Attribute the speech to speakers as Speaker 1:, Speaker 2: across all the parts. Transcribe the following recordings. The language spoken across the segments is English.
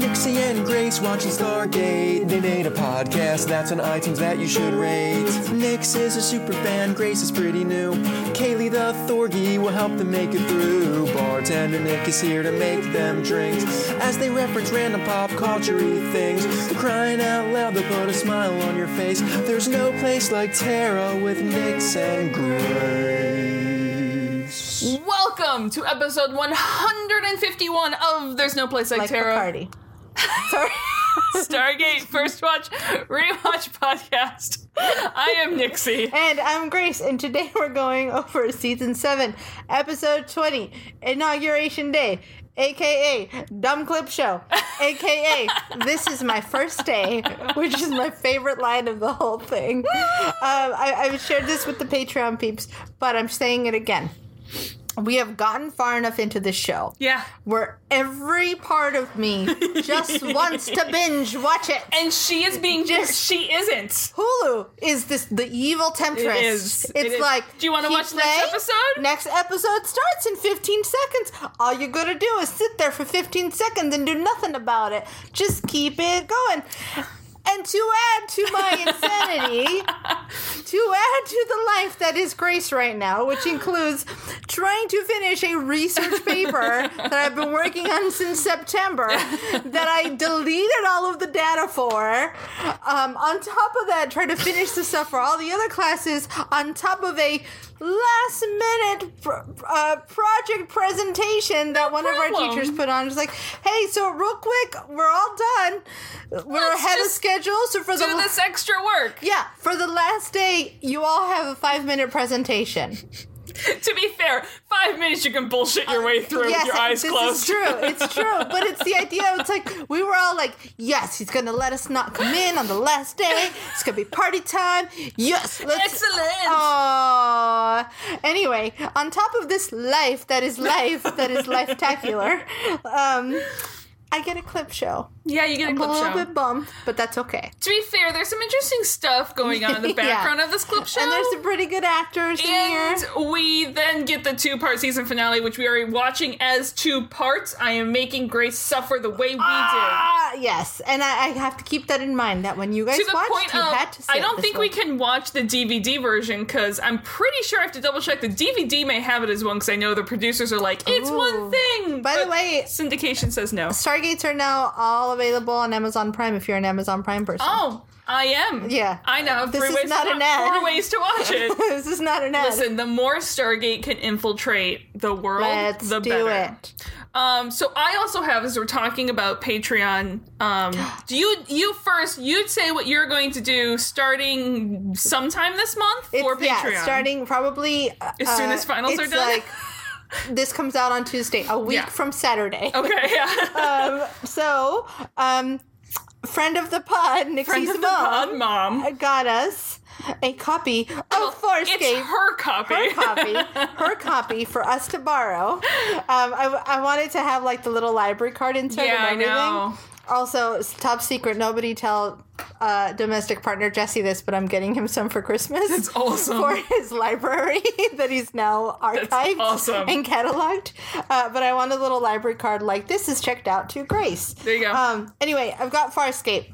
Speaker 1: and Grace watching Stargate. They made a podcast that's on iTunes that you should rate. Nix is a super fan, Grace is pretty new. Kaylee the Thorgy will help them make it through. Bartender Nick is here to make them drinks as they reference random pop culture things. Crying out loud, they'll put a smile on your face. There's no place like Tara with Nix and Grace.
Speaker 2: Welcome to episode 151 of There's No Place Like,
Speaker 3: like
Speaker 2: Tarot
Speaker 3: Bacardi. Sorry.
Speaker 2: Stargate First Watch Rewatch Podcast. I am Nixie.
Speaker 3: and I'm Grace, and today we're going over season seven, episode twenty, inauguration day, aka dumb clip show, aka this is my first day, which is my favorite line of the whole thing. Um, I, I've shared this with the Patreon peeps, but I'm saying it again. We have gotten far enough into this show
Speaker 2: Yeah.
Speaker 3: where every part of me just wants to binge watch it.
Speaker 2: And she is being
Speaker 3: Just-
Speaker 2: she isn't.
Speaker 3: Hulu is this the evil temptress.
Speaker 2: It is.
Speaker 3: It's
Speaker 2: It is.
Speaker 3: like
Speaker 2: Do you wanna
Speaker 3: keep
Speaker 2: watch the next episode?
Speaker 3: Next episode starts in 15 seconds. All you gotta do is sit there for 15 seconds and do nothing about it. Just keep it going. And to add to my insanity, to add to the life that is Grace right now, which includes trying to finish a research paper that I've been working on since September that I deleted all of the data for. Um, on top of that, trying to finish the stuff for all the other classes on top of a last minute pr- uh, project presentation that one of
Speaker 2: problem.
Speaker 3: our teachers put on. It's like, hey, so real quick, we're all done. We're
Speaker 2: Let's
Speaker 3: ahead of
Speaker 2: just
Speaker 3: schedule. So for
Speaker 2: Do
Speaker 3: the
Speaker 2: this extra work.
Speaker 3: yeah, for the last day, you all have a five minute presentation.
Speaker 2: To be fair, five minutes you can bullshit your way through with your eyes
Speaker 3: this
Speaker 2: closed.
Speaker 3: is true. It's true, but it's the idea. It's like we were all like, "Yes, he's gonna let us not come in on the last day. It's gonna be party time. Yes, let's."
Speaker 2: Excellent.
Speaker 3: Oh. Aww. Anyway, on top of this life that is life that is lifetacular, um, I get a clip show.
Speaker 2: yeah, you get a
Speaker 3: I'm
Speaker 2: clip
Speaker 3: a
Speaker 2: show.
Speaker 3: little bit bummed, but that's okay.
Speaker 2: to be fair, there's some interesting stuff going on in the
Speaker 3: Yeah.
Speaker 2: background of this clip show.
Speaker 3: And there's some pretty good actors in here.
Speaker 2: And we then get the two part season finale, which we are watching as two parts. I am making Grace suffer the way we
Speaker 3: Ah, yes, and I, I have to keep that in mind that when you guys
Speaker 2: did. To the
Speaker 3: watched,
Speaker 2: point
Speaker 3: you
Speaker 2: of,
Speaker 3: had to. Say
Speaker 2: I
Speaker 3: it
Speaker 2: don't
Speaker 3: this
Speaker 2: think
Speaker 3: way.
Speaker 2: we can watch the DVD version because I'm pretty sure I have to double check. The DVD may have it as one because I know the producers are like, it's one
Speaker 3: Ooh.
Speaker 2: thing.
Speaker 3: By the
Speaker 2: but
Speaker 3: way-
Speaker 2: syndication says no.
Speaker 3: Stargates are now all available on Amazon Prime if you're an Amazon Prime person.
Speaker 2: Oh, I am.
Speaker 3: Yeah.
Speaker 2: I know.
Speaker 3: This
Speaker 2: three
Speaker 3: is
Speaker 2: ways
Speaker 3: not
Speaker 2: to
Speaker 3: an
Speaker 2: wa-
Speaker 3: ad.
Speaker 2: Four ways to watch it.
Speaker 3: this is not an ad.
Speaker 2: Listen, the more Stargate can infiltrate the world,
Speaker 3: Let's
Speaker 2: the
Speaker 3: do
Speaker 2: better.
Speaker 3: it.
Speaker 2: Um, so I also have, as we're talking about Patreon, um, do you you first? You'd say what you're going to do starting sometime this month for
Speaker 3: It's-
Speaker 2: Patreon.
Speaker 3: yeah, starting probably uh,
Speaker 2: As soon as finals
Speaker 3: it's
Speaker 2: are done?
Speaker 3: Like, this comes out on Tuesday, a week
Speaker 2: Yeah.
Speaker 3: from Saturday.
Speaker 2: Okay, yeah.
Speaker 3: Um, so, um, friend of the pod, Nixie
Speaker 2: Friend of the pod,
Speaker 3: Simone,
Speaker 2: mom.
Speaker 3: got us a copy of Farscape.
Speaker 2: It's her copy.
Speaker 3: her copy, her copy for us to borrow. Um, I, I wanted to have like the little library card insert
Speaker 2: Yeah, I
Speaker 3: and everything.
Speaker 2: know.
Speaker 3: Also, it's top secret. Nobody tell uh, domestic partner Jesse this, but I'm getting him some for Christmas.
Speaker 2: That's awesome.
Speaker 3: for his library that he's now archived
Speaker 2: awesome.
Speaker 3: and cataloged. Uh, but I want a little library card like this is checked out to Grace.
Speaker 2: There you go.
Speaker 3: Um, anyway, I've got Farscape.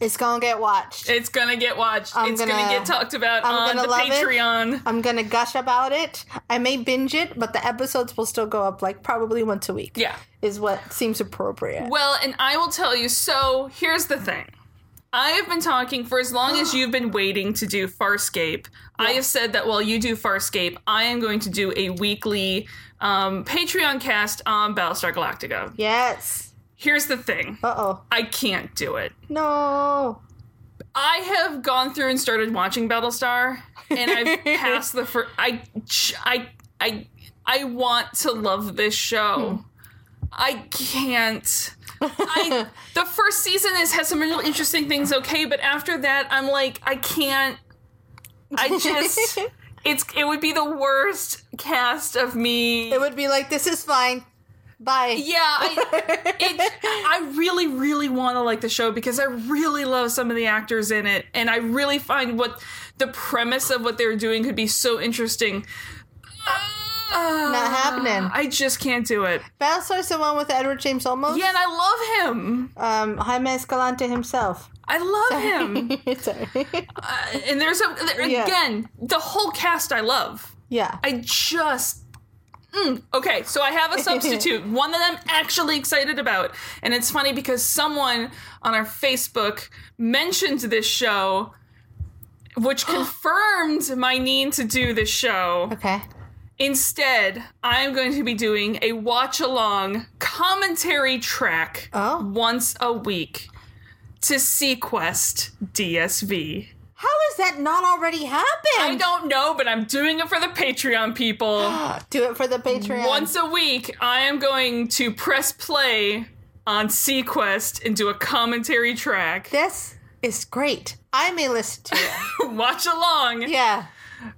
Speaker 3: It's gonna get watched.
Speaker 2: it's gonna get watched.
Speaker 3: I'm
Speaker 2: it's gonna,
Speaker 3: gonna-
Speaker 2: get talked about
Speaker 3: I'm
Speaker 2: on
Speaker 3: gonna
Speaker 2: the
Speaker 3: love it.
Speaker 2: Patreon.
Speaker 3: I'm gonna gush about it. I may binge it, but the episodes will still go up like probably once a week.
Speaker 2: Yeah.
Speaker 3: Is what seems appropriate.
Speaker 2: Well, and I will tell you. So here's the thing. I have been talking for as long as you've been waiting to do Farscape. I have said that while you do Farscape, I am going to do a weekly um, Patreon cast on Battlestar Galactica.
Speaker 3: Yes.
Speaker 2: Here's the thing
Speaker 3: Uh oh.
Speaker 2: I can't do it.
Speaker 3: No.
Speaker 2: I have gone through and started watching Battlestar, and I've passed the first. I, I, I, I want to love this show. I can't. I the first season is has some real interesting things, okay, but after that, I'm like, I can't. I just. It's it would be the worst cast of me.
Speaker 3: It would be like this is fine. Bye.
Speaker 2: Yeah, I, it, I really, really want to like the show because I really love some of the actors in it, and I really find what the premise of what they're doing could be so interesting.
Speaker 3: Not happening.
Speaker 2: Uh, I just can't do it.
Speaker 3: Battlestar's the one with Edward James Olmos.
Speaker 2: Yeah, and I love him.
Speaker 3: Um, Jaime Escalante himself.
Speaker 2: I love him.
Speaker 3: Sorry.
Speaker 2: Uh, and there's a there-
Speaker 3: Yeah.
Speaker 2: again the whole cast I love.
Speaker 3: yeah.
Speaker 2: I just. Mm. Okay, so I have a substitute, one that I'm actually excited about. And it's funny because someone on our Facebook mentioned this show, which confirmed my need to do this show.
Speaker 3: okay.
Speaker 2: Instead, I'm going to be doing a watch along commentary track
Speaker 3: Oh.
Speaker 2: once a week to Sequest DSV.
Speaker 3: How has that not already happened?
Speaker 2: I don't know, but I'm doing it for the Patreon people.
Speaker 3: Do it for the Patreon.
Speaker 2: Once a week, I am going to press play on Sequest and do a commentary track.
Speaker 3: this is great. I may listen to it.
Speaker 2: Watch along
Speaker 3: yeah.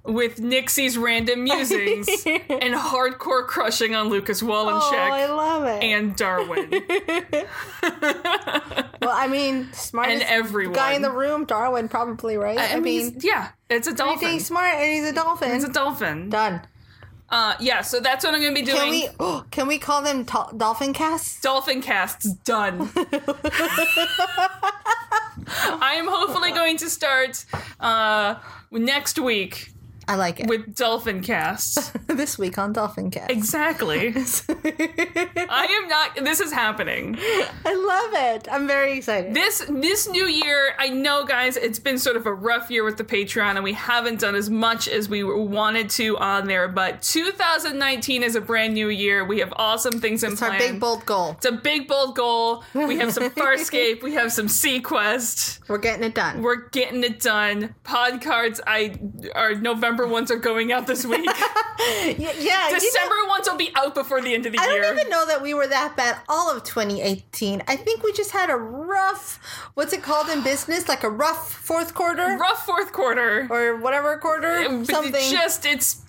Speaker 2: with Nixie's random musings and hardcore crushing on Lucas
Speaker 3: Oh, I
Speaker 2: Wallencheck
Speaker 3: love it.
Speaker 2: and Darwin.
Speaker 3: well, I mean, smartest
Speaker 2: And everyone.
Speaker 3: guy in the room, Darwin, probably right.
Speaker 2: I mean, yeah, it's a
Speaker 3: he's
Speaker 2: dolphin.
Speaker 3: pretty smart, and he's a dolphin.
Speaker 2: It's a dolphin.
Speaker 3: Done.
Speaker 2: Uh, yeah, so that's what I'm going to be doing.
Speaker 3: Can we? can we call them to- dolphin casts?
Speaker 2: Dolphin casts done. I am hopefully going to start uh, next week
Speaker 3: I like it.
Speaker 2: with dolphin casts.
Speaker 3: this week on dolphin casts.
Speaker 2: Exactly.
Speaker 3: I
Speaker 2: I am not. This is happening.
Speaker 3: love it. I'm very excited.
Speaker 2: This this new year, I know, guys, it's been sort of a rough year with the Patreon, and we haven't done as much as we wanted to on there. But 2019 is a brand new year. We have awesome things in
Speaker 3: It's
Speaker 2: plan.
Speaker 3: our big bold goal.
Speaker 2: It's a big bold goal. We have some Farscape. we have some Sequest.
Speaker 3: We're getting it done.
Speaker 2: We're getting it done. Pod cards. I our November ones are going out this week.
Speaker 3: Y- yeah. you know-
Speaker 2: December ones will be out before the end of the
Speaker 3: I
Speaker 2: year.
Speaker 3: don't even know that we were that bad all of 2018. I think we just had a rough, what's it called in business? Like a rough fourth quarter
Speaker 2: Rough fourth quarter.
Speaker 3: or whatever quarter,
Speaker 2: But
Speaker 3: something.
Speaker 2: Just it's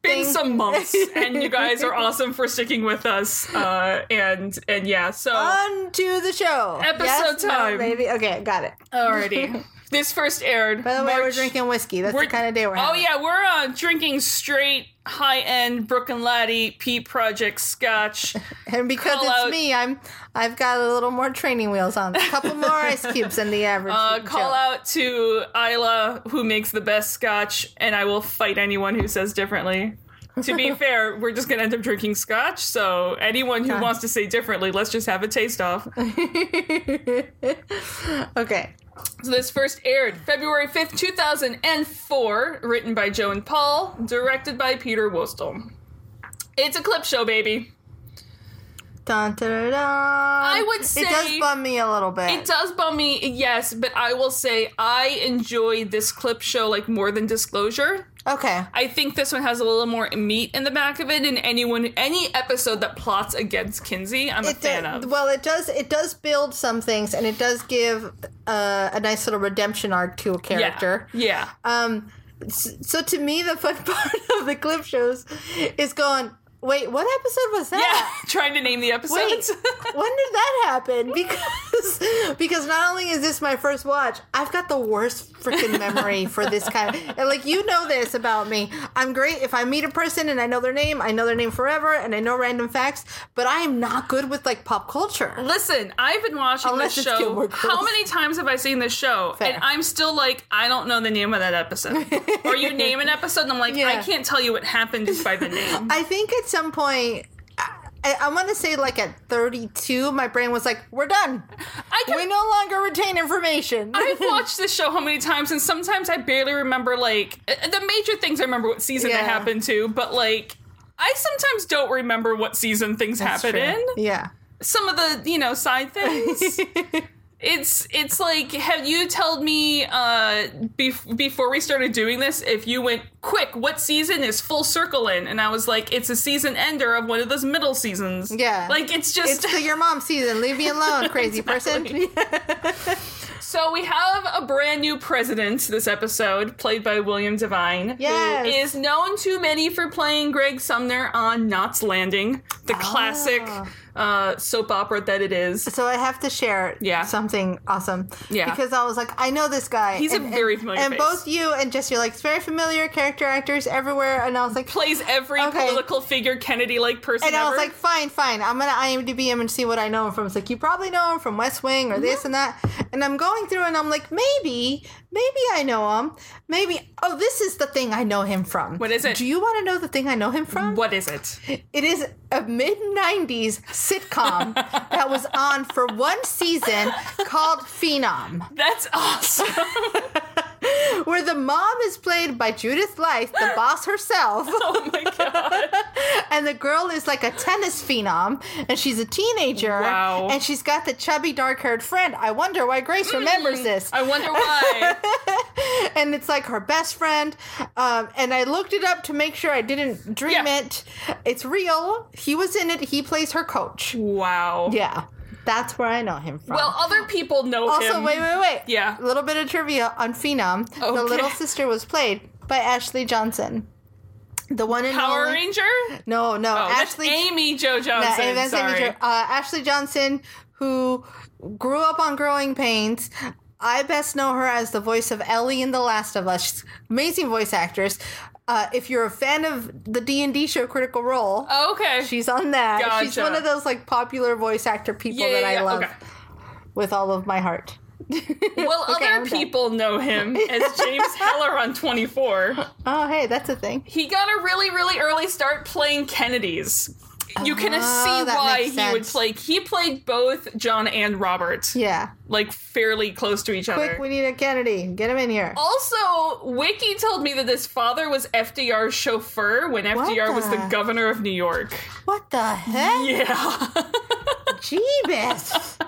Speaker 2: been
Speaker 3: Thing.
Speaker 2: some months, and you guys are awesome for sticking with us. Uh, and and yeah, so
Speaker 3: On to the show.
Speaker 2: Episode
Speaker 3: no,
Speaker 2: time.
Speaker 3: maybe. Okay, got it.
Speaker 2: alrighty, this first aired.
Speaker 3: By the way, we're
Speaker 2: March-
Speaker 3: drinking whiskey. That's
Speaker 2: we're-
Speaker 3: the kind of day we're
Speaker 2: Oh
Speaker 3: having.
Speaker 2: yeah, we're uh, drinking straight high end Brooklyn Laddie Pete Project Scotch.
Speaker 3: And because
Speaker 2: Call
Speaker 3: it's
Speaker 2: out-
Speaker 3: me, I'm I've got a little more training wheels on. A couple more ice cubes than the average.
Speaker 2: Uh, call
Speaker 3: Joe.
Speaker 2: out to Isla, who makes the best scotch, and I will fight anyone who says differently. To be fair, we're just going to end up drinking scotch, so anyone who wants to say differently, let's just have a taste off.
Speaker 3: okay.
Speaker 2: So this first aired February 5th, 2004, written by Joe and Paul, directed by Peter Wostel. It's a clip show, baby.
Speaker 3: Dun, da, da, da.
Speaker 2: I would
Speaker 3: it
Speaker 2: say-
Speaker 3: does bum me a little bit.
Speaker 2: It does bum me, yes, but I will say I enjoy this clip show like more than Disclosure.
Speaker 3: Okay.
Speaker 2: I think this one has a little more meat in the back of it, and anyone, any episode that plots against Kinsey, I'm a
Speaker 3: it
Speaker 2: fan
Speaker 3: do-
Speaker 2: of.
Speaker 3: Well, it does. It does build some things, and it does give uh, a nice little redemption arc to a
Speaker 2: yeah.
Speaker 3: character.
Speaker 2: Yeah.
Speaker 3: Um, s- so to me, the fun part of the clip shows is going. Wait, what episode was
Speaker 2: yeah.
Speaker 3: that?
Speaker 2: Trying to name the
Speaker 3: Wait,
Speaker 2: episodes.
Speaker 3: when did that happen? Because because not only is this my first watch, I've got the worst freaking memory for this kind. Of, and like you know this about me, I'm great if I meet a person and I know their name, I know their name forever, and I know random facts. But I am not good with like pop culture.
Speaker 2: Listen, I've been watching
Speaker 3: Unless
Speaker 2: this
Speaker 3: it's Gilmore
Speaker 2: show.
Speaker 3: Girls.
Speaker 2: How many times have I seen this show?
Speaker 3: Fair.
Speaker 2: And I'm still like, I don't know the name of that episode. or you name an episode, and I'm like, I
Speaker 3: Yeah.
Speaker 2: can't tell you what happened just by the name.
Speaker 3: I think at some point, I, I want to say like at 32, my brain was like, we're done.
Speaker 2: I can
Speaker 3: We no longer retain information.
Speaker 2: I've watched this show how many times, and sometimes I barely remember like uh, the major things. I remember what season
Speaker 3: Yeah.
Speaker 2: they happened to, but like I sometimes don't remember what season things happen in.
Speaker 3: Yeah.
Speaker 2: Some of the you know side things. it's it's like have you told me uh bef- before we started doing this if you went quick what season is full circle in and I was like it's a season ender of one of those middle seasons
Speaker 3: Yeah.
Speaker 2: like it's just
Speaker 3: It's the your mom season. Leave me alone, crazy person.
Speaker 2: So we have a brand new president this episode, played by William Devine,
Speaker 3: Yes.
Speaker 2: who is known to many for playing Greg Sumner on Knots Landing.
Speaker 3: Ah.
Speaker 2: the classic uh, soap opera that it is.
Speaker 3: So I have to share
Speaker 2: Yeah.
Speaker 3: something awesome.
Speaker 2: Yeah.
Speaker 3: Because I was like, I know this guy.
Speaker 2: He's a very familiar
Speaker 3: And
Speaker 2: face.
Speaker 3: both you and Jesse are like, it's very familiar character actors everywhere. And I was like,
Speaker 2: Plays every
Speaker 3: Okay.
Speaker 2: political figure, Kennedy like person
Speaker 3: and I
Speaker 2: ever.
Speaker 3: was like, fine, fine. I'm gonna IMDb him and see what I know him from. It's like you probably know him from West Wing or
Speaker 2: Mm-hmm.
Speaker 3: this and that. And I'm going through and I'm like, maybe, maybe I know him. Maybe oh, this is the thing I know him from.
Speaker 2: What is it?
Speaker 3: Do you want to know the thing I know him from?
Speaker 2: what is it?
Speaker 3: It is a mid '90s sitcom that was on for one season called Phenom,
Speaker 2: That's awesome.
Speaker 3: where the mom is played by Judith Lyth, the boss herself.
Speaker 2: oh my god.
Speaker 3: and the girl is like a tennis phenom, and she's a teenager,
Speaker 2: Wow. Mm.
Speaker 3: and she's got the chubby, dark-haired friend. I wonder why Grace remembers this.
Speaker 2: I wonder why.
Speaker 3: And it's like her best friend. Um, and I looked it up to make sure I didn't dream
Speaker 2: Yeah.
Speaker 3: it. It's real. He was in it. He plays her coach.
Speaker 2: Wow.
Speaker 3: Yeah, that's where I know him from.
Speaker 2: Well, other people know
Speaker 3: also,
Speaker 2: him.
Speaker 3: wait, wait, wait.
Speaker 2: Yeah.
Speaker 3: a little bit of trivia on Phenom.
Speaker 2: Okay.
Speaker 3: The little sister was played by Ashley Johnson. The one in
Speaker 2: Power Ranger?
Speaker 3: No, no.
Speaker 2: Oh,
Speaker 3: Ashley
Speaker 2: that's Amy Jo
Speaker 3: Yeah,
Speaker 2: Johnson.
Speaker 3: and that's Amy
Speaker 2: sorry.
Speaker 3: Jo- uh, Ashley Johnson, who grew up on Growing Pains. I best know her as the voice of Ellie in The Last of Us. She's amazing voice actress. Uh, if you're a fan of the D and D show Critical Role,
Speaker 2: Oh, okay.
Speaker 3: she's on that. She's
Speaker 2: Gotcha.
Speaker 3: one of those like popular voice actor people
Speaker 2: Yeah,
Speaker 3: that
Speaker 2: yeah,
Speaker 3: I
Speaker 2: yeah,
Speaker 3: love
Speaker 2: okay.
Speaker 3: with all of my heart.
Speaker 2: Well,
Speaker 3: Okay, I'm
Speaker 2: other
Speaker 3: done.
Speaker 2: people know him as James Heller on 24.
Speaker 3: Oh, hey, that's a thing.
Speaker 2: He got a really, really early start playing Kennedys. You can see
Speaker 3: Ah, that
Speaker 2: why
Speaker 3: makes
Speaker 2: he would
Speaker 3: sense.
Speaker 2: play. He played both John and Robert,
Speaker 3: Yeah,
Speaker 2: like fairly close to each
Speaker 3: quick,
Speaker 2: other.
Speaker 3: we need a Kennedy. Get him in here.
Speaker 2: Oh. also, Wiki told me that his father was FDR's chauffeur when FDR was the
Speaker 3: the-
Speaker 2: governor of New York.
Speaker 3: What the heck,
Speaker 2: Yeah.
Speaker 3: Jeebus?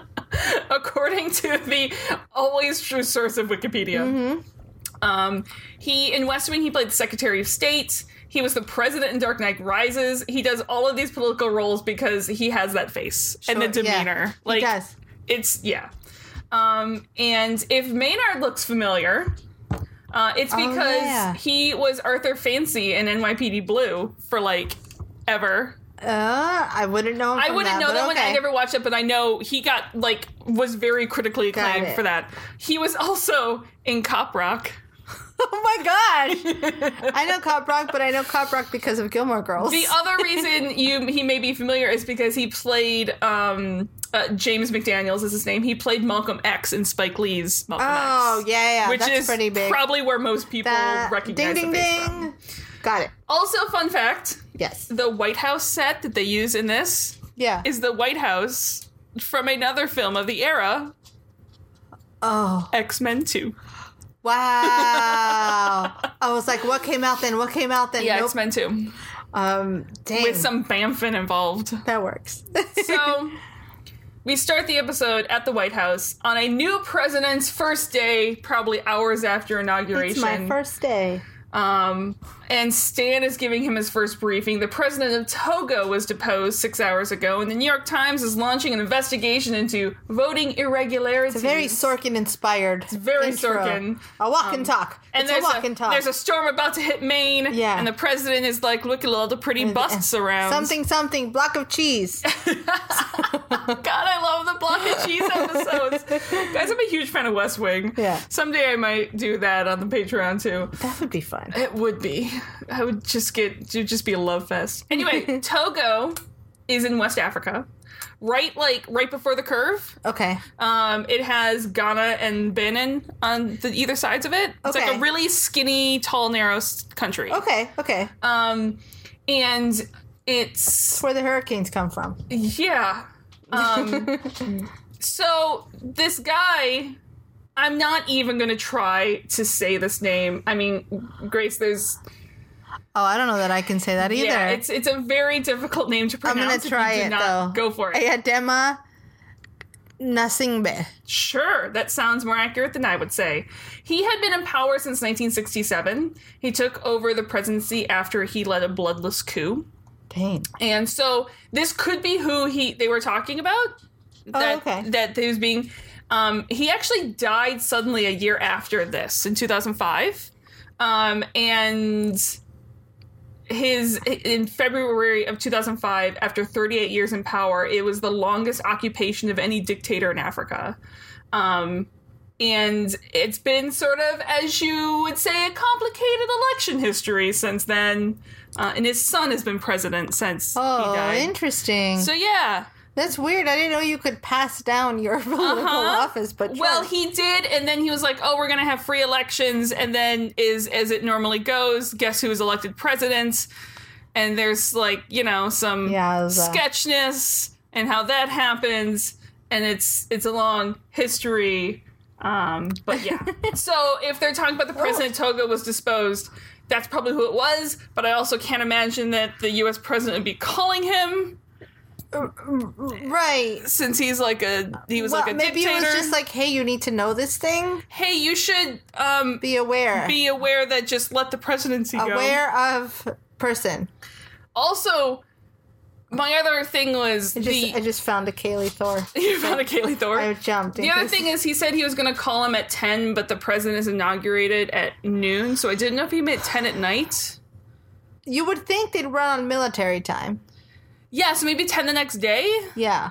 Speaker 2: according to the always true source of Wikipedia.
Speaker 3: Mm-hmm.
Speaker 2: Um, he in West Wing he played the Secretary of State. He was the president in Dark Knight Rises. He does all of these political roles because he has that face and the
Speaker 3: Sure, yeah.
Speaker 2: demeanor.
Speaker 3: He
Speaker 2: Like
Speaker 3: does.
Speaker 2: it's yeah. Um, and if Maynard looks familiar, uh, it's because
Speaker 3: Oh, yeah.
Speaker 2: he was Arthur Fancy in NYPD Blue for like ever.
Speaker 3: Uh, I wouldn't know. Him
Speaker 2: I
Speaker 3: from
Speaker 2: wouldn't know
Speaker 3: but
Speaker 2: that one. I
Speaker 3: okay.
Speaker 2: never watched it, but I know he got like was very critically
Speaker 3: Got
Speaker 2: acclaimed
Speaker 3: it.
Speaker 2: for that. He was also in Cop Rock.
Speaker 3: Oh my gosh! I know Cop Rock, but I know Cop Rock because of Gilmore Girls.
Speaker 2: The other reason you he may be familiar is because he played um, uh, James McDaniel's is his name. He played Malcolm X in Spike Lee's Malcolm
Speaker 3: oh
Speaker 2: X.
Speaker 3: yeah, yeah,
Speaker 2: Which
Speaker 3: that's
Speaker 2: is
Speaker 3: pretty big.
Speaker 2: probably where most people
Speaker 3: That-
Speaker 2: recognize
Speaker 3: ding, ding,
Speaker 2: the face
Speaker 3: ding.
Speaker 2: from.
Speaker 3: Got it.
Speaker 2: Also, fun fact:
Speaker 3: Yes.
Speaker 2: the White House set that they use in this
Speaker 3: Yeah.
Speaker 2: is the White House from another film of the era,
Speaker 3: oh
Speaker 2: X Men Two.
Speaker 3: wow! I was like, what came out then? What came out then?
Speaker 2: Yeah,
Speaker 3: Nope.
Speaker 2: X Men Two
Speaker 3: Um, dang.
Speaker 2: with some Bamfin involved.
Speaker 3: that works.
Speaker 2: So we start the episode at the White House on a new president's first day, probably hours after inauguration.
Speaker 3: it's my first day.
Speaker 2: Um, and Stan is giving him his first briefing. The president of Togo was deposed six hours ago, and the New York Times is launching an investigation into voting irregularities.
Speaker 3: It's a very Sorkin inspired. It's
Speaker 2: very Sorkin. Um,
Speaker 3: A walk and talk.
Speaker 2: and
Speaker 3: it's
Speaker 2: there's
Speaker 3: a walk and talk.
Speaker 2: there's a storm about to hit Maine,
Speaker 3: Yeah. uh,
Speaker 2: and the president is like, "Look at all the pretty busts around."
Speaker 3: something something block of cheese.
Speaker 2: God, I love the block and cheese episodes. Guys, I'm a huge fan of West Wing.
Speaker 3: Yeah.
Speaker 2: Someday I might do that on the Patreon too.
Speaker 3: that would be fun.
Speaker 2: It would be. I would just get it would just be a love fest. Anyway, Togo is in West Africa. Right like right before the curve.
Speaker 3: Okay.
Speaker 2: Um, it has Ghana and Benin on the either sides of it. It's like
Speaker 3: Okay.
Speaker 2: a really skinny, tall, narrow s- country.
Speaker 3: Okay. Okay.
Speaker 2: Um and it's
Speaker 3: Where the hurricanes come from.
Speaker 2: Yeah. Um, so this guy, I'm not even going to try to say this name. I mean, Grace, there's
Speaker 3: Oh, I don't know that I can say that either.
Speaker 2: yeah, it's it's a very difficult name to
Speaker 3: gonna
Speaker 2: pronounce. if you
Speaker 3: try
Speaker 2: do
Speaker 3: it,
Speaker 2: not
Speaker 3: though.
Speaker 2: Go for it.
Speaker 3: Ayadema Nasingbe.
Speaker 2: Sure, that sounds more accurate than I would say. He had been in power since 1967. He took over the presidency after he led a bloodless coup.
Speaker 3: Pain.
Speaker 2: And so this could be who he they were talking about. That,
Speaker 3: Oh, okay.
Speaker 2: That he was being. Um, he actually died suddenly a year after this in 2005, um, and his in February of 2005 after 38 years in power it was the longest occupation of any dictator in Africa um and it's been sort of as you would say a complicated election history since then uh, and his son has been president since he
Speaker 3: Oh,
Speaker 2: died
Speaker 3: interesting.
Speaker 2: so yeah
Speaker 3: That's weird. I didn't know you could pass down your political office, but
Speaker 2: Uh-huh. Well,
Speaker 3: sure.
Speaker 2: he did, and then he was like, "Oh, we're gonna have free elections," and then is as it normally goes. Guess who was elected president? And there's like you know some
Speaker 3: Yeah, it was, uh,
Speaker 2: sketchness and how that happens, and it's it's a long history. Um, but yeah, so if they're talking about the president Togo was disposed, that's probably who it was. But I also can't imagine that the U.S. president would be calling him
Speaker 3: right.
Speaker 2: since he's like a he was
Speaker 3: Well,
Speaker 2: like a
Speaker 3: maybe
Speaker 2: dictator.
Speaker 3: it was just like, hey, you need to know this thing.
Speaker 2: hey, you should um,
Speaker 3: Be aware.
Speaker 2: be aware that just let the presidency go.
Speaker 3: aware of person.
Speaker 2: Also, my other thing was
Speaker 3: I just,
Speaker 2: the
Speaker 3: I just found a Kaylee Thor.
Speaker 2: you found a Kaylee Thor.
Speaker 3: I jumped. in
Speaker 2: the other
Speaker 3: case-
Speaker 2: thing is, he said he was going to call him at ten, but the president is inaugurated at noon, so I didn't know if he meant ten at night.
Speaker 3: you would think they'd run on military time.
Speaker 2: Yeah, so maybe ten the next day.
Speaker 3: Yeah,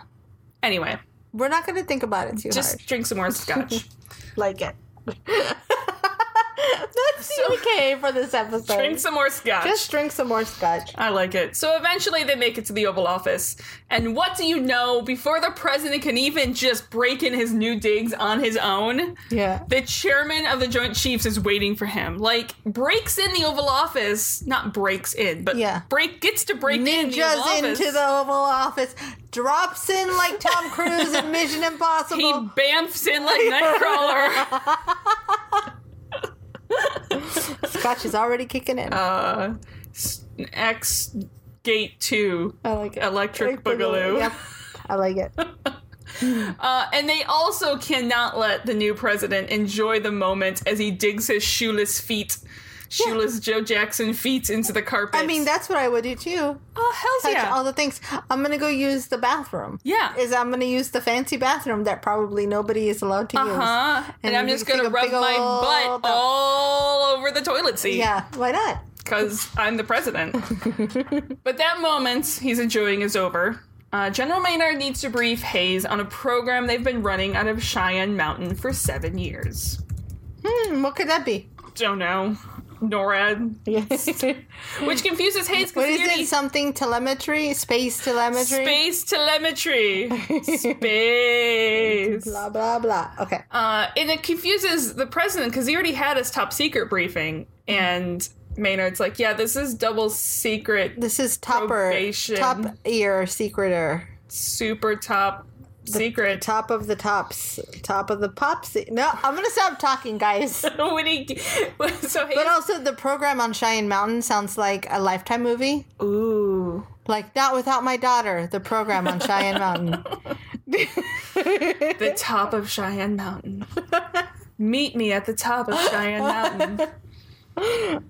Speaker 2: Anyway,
Speaker 3: we're not going to think about it too
Speaker 2: just drink some more scotch.
Speaker 3: hard. Like it. That's the okay for this episode.
Speaker 2: drink some more scotch.
Speaker 3: just drink some more scotch.
Speaker 2: I like it. So eventually they make it to the Oval Office. And what do you know? Before the president can even just break in his new digs on his own,
Speaker 3: Yeah.
Speaker 2: the chairman of the Joint Chiefs is waiting for him. Like breaks in the Oval Office, not breaks in, but
Speaker 3: Yeah.
Speaker 2: break gets to break in the Oval
Speaker 3: Ninjas
Speaker 2: Office.
Speaker 3: into the Oval Office, drops in like Tom Cruise in Mission Impossible.
Speaker 2: he bamfs in like Nightcrawler.
Speaker 3: Scotch is already kicking in.
Speaker 2: uh, X Gate Two,
Speaker 3: I like it.
Speaker 2: Electric Boogaloo.
Speaker 3: Yep. I like it.
Speaker 2: Uh, and they also cannot let the new president enjoy the moment as he digs his shoeless feet, shoeless Joe Jackson feet into the carpet.
Speaker 3: I mean, that's what I would do too.
Speaker 2: oh hell's
Speaker 3: Touch
Speaker 2: yeah,
Speaker 3: all the things. I'm gonna go use the bathroom.
Speaker 2: yeah,
Speaker 3: Is I'm gonna use the fancy bathroom that probably nobody is allowed to use.
Speaker 2: uh huh. And,
Speaker 3: And
Speaker 2: I'm
Speaker 3: you
Speaker 2: just
Speaker 3: just
Speaker 2: gonna
Speaker 3: take a
Speaker 2: rub
Speaker 3: big
Speaker 2: my
Speaker 3: ol'
Speaker 2: butt
Speaker 3: belt.
Speaker 2: all over the toilet seat.
Speaker 3: Yeah, why not?
Speaker 2: because I'm the president. but that moment he's enjoying is over. Uh, General Maynard needs to brief Hayes on a program they've been running out of Cheyenne Mountain for seven years.
Speaker 3: Hmm, what could that be?
Speaker 2: Don't know. NORAD,
Speaker 3: Yes.
Speaker 2: which confuses Hayes
Speaker 3: what
Speaker 2: because
Speaker 3: is
Speaker 2: he already
Speaker 3: it? Something telemetry? Space telemetry?
Speaker 2: space telemetry. space.
Speaker 3: Blah blah blah. Okay.
Speaker 2: Uh, and it confuses the president because he already had his top secret briefing, and Maynard's like, "Yeah, this is double secret,
Speaker 3: This is topper,
Speaker 2: probation.
Speaker 3: top ear secreter,
Speaker 2: super top secret."
Speaker 3: top of the tops, top of the pops. No, I'm gonna stop talking, guys.
Speaker 2: when he so Hayes,
Speaker 3: But uh, also, the program on Cheyenne Mountain sounds like a Lifetime movie.
Speaker 2: ooh
Speaker 3: Like not without my daughter, the program on Cheyenne Mountain.
Speaker 2: the top of Cheyenne Mountain. Meet me at the top of Cheyenne Mountain.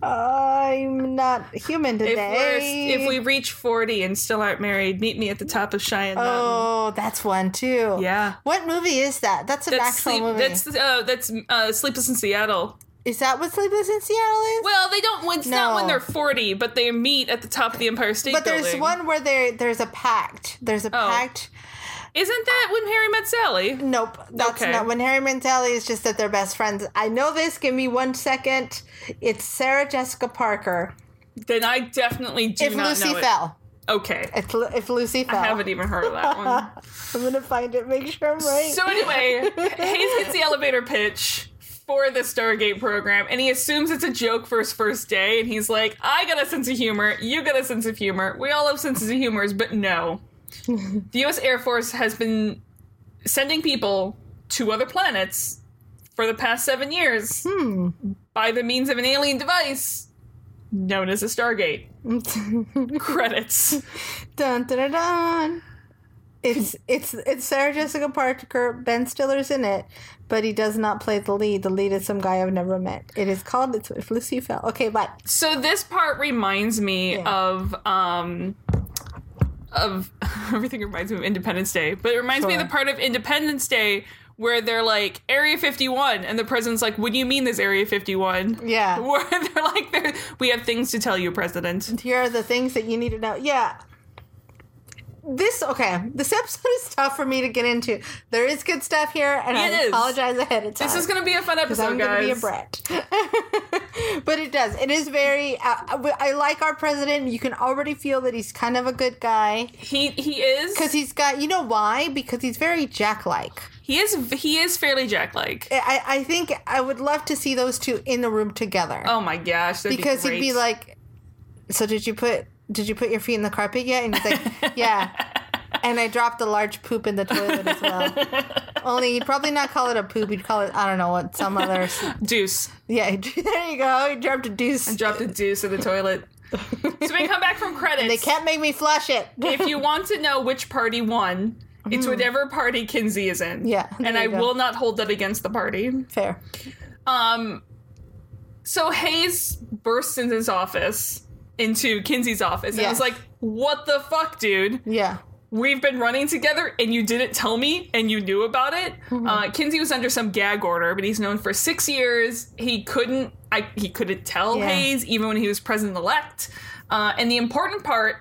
Speaker 3: I'm not human
Speaker 2: If, we're,
Speaker 3: today.
Speaker 2: if we reach forty and still aren't married, meet me at the top of Cheyenne Mountain.
Speaker 3: oh, that's one too.
Speaker 2: Yeah.
Speaker 3: What movie is that? That's an
Speaker 2: That's
Speaker 3: actual
Speaker 2: sleep,
Speaker 3: movie.
Speaker 2: that's uh, that's uh, Sleepless in Seattle.
Speaker 3: Is that what Sleepless in Seattle is?
Speaker 2: Well, they don't. It's not
Speaker 3: No.
Speaker 2: when they're forty, but they meet at the top of the Empire State
Speaker 3: but there's
Speaker 2: Building. Oh.
Speaker 3: one where there there's a pact. There's a pact.
Speaker 2: Isn't that when Harry met Sally?
Speaker 3: Nope, that's
Speaker 2: Okay.
Speaker 3: not when Harry Mantelli is just that they're best friends. I know this. Give me one second. It's Sarah Jessica Parker.
Speaker 2: Then I definitely do
Speaker 3: If
Speaker 2: not
Speaker 3: Lucy
Speaker 2: know it.
Speaker 3: fell,
Speaker 2: Okay,
Speaker 3: if, Lu- if Lucy fell,
Speaker 2: I haven't even heard of that one.
Speaker 3: I'm gonna find it. Make sure I'm right.
Speaker 2: So anyway, Hayes gets the elevator pitch for the Stargate program, and he assumes it's a joke for his first day, and he's like, "I got a sense of humor. You got a sense of humor. We all have senses of humors, but no." the U.S. Air Force has been sending people to other planets for the past seven years by the means of an alien device known as a Stargate. Credits.
Speaker 3: Dun dun dun. dun. It's it's it's Sarah Jessica Parker. Ben Stiller's in it, but he does not play the lead. The lead is some guy I've never met. It is called "It's If Lucy Fell." Okay, bye.
Speaker 2: So this part reminds me
Speaker 3: Yeah.
Speaker 2: of um of everything reminds me of Independence Day, but it reminds me of
Speaker 3: Sure.
Speaker 2: the part of Independence Day where they're like Area 51, and the president's like, "What do you mean there's Area 51?"
Speaker 3: Yeah.
Speaker 2: Where they're like, they're, "We have things to tell you, President."
Speaker 3: Here are the things that you need to know. Yeah. This okay. This episode is tough for me to get into. There is good stuff here, and I
Speaker 2: It is.
Speaker 3: apologize ahead of time.
Speaker 2: This is gonna be a fun
Speaker 3: because
Speaker 2: episode,
Speaker 3: I'm
Speaker 2: guys.
Speaker 3: going to be a brat. but it does. It is very. Uh, I- I like our president. You can already feel that he's kind of a good guy
Speaker 2: He he is
Speaker 3: because he's got. You know why? Because he's very Jack-like.
Speaker 2: he is he is fairly Jack-like.
Speaker 3: I, I think I would love to see those two in the room together
Speaker 2: Oh my gosh, that'd
Speaker 3: because
Speaker 2: be
Speaker 3: he'd be
Speaker 2: great.
Speaker 3: like, "So did you put did you put your feet in the carpet yet?" And he's like, "Yeah." And I dropped a large poop in the toilet as well. Only he'd probably not call it a poop. He'd call it I don't know what some other.
Speaker 2: "Deuce."
Speaker 3: Yeah, there you go. He dropped a deuce.
Speaker 2: dropped a deuce in the toilet. so we come back from credits.
Speaker 3: They can't make me flush it.
Speaker 2: if you want to know which party won, it's whatever party Kinsey is in.
Speaker 3: Mm-hmm. Yeah,
Speaker 2: And I
Speaker 3: there you go.
Speaker 2: will not hold that against the party.
Speaker 3: Fair.
Speaker 2: Um so Hayes bursts into his office into Kinsey's office and
Speaker 3: Yeah.
Speaker 2: was like, What the fuck, dude?
Speaker 3: Yeah.
Speaker 2: We've been running together and you didn't tell me and you knew about it.
Speaker 3: Mm-hmm.
Speaker 2: Uh, Kinsey was under some gag order, but he's known for six years. He couldn't I he couldn't tell
Speaker 3: Yeah.
Speaker 2: Hayes even when he was president elect. Uh, and the important part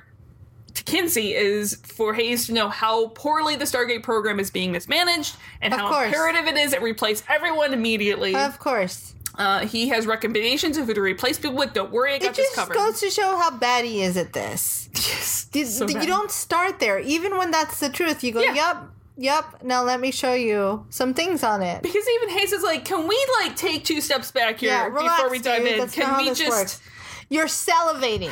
Speaker 2: to Kinsey is for Hayes to know how poorly the Stargate program is being mismanaged and
Speaker 3: Of
Speaker 2: how
Speaker 3: course.
Speaker 2: imperative it is that replace everyone immediately.
Speaker 3: Of course.
Speaker 2: Uh, he has recommendations of who to replace people with. Don't worry, I got
Speaker 3: It
Speaker 2: this
Speaker 3: just
Speaker 2: covered.
Speaker 3: goes to show how bad he is at this.
Speaker 2: Yes,
Speaker 3: Did,
Speaker 2: so
Speaker 3: did-
Speaker 2: bad.
Speaker 3: you don't start there. Even when that's the truth, you go,
Speaker 2: Yeah.
Speaker 3: yep, yep, now let me show you some things on it.
Speaker 2: Because even Hayes is like, can we like take two steps back here
Speaker 3: Yeah, relax,
Speaker 2: before we dive
Speaker 3: dude.
Speaker 2: in?
Speaker 3: That's
Speaker 2: can
Speaker 3: not how
Speaker 2: we
Speaker 3: this
Speaker 2: just?
Speaker 3: works. You're salivating,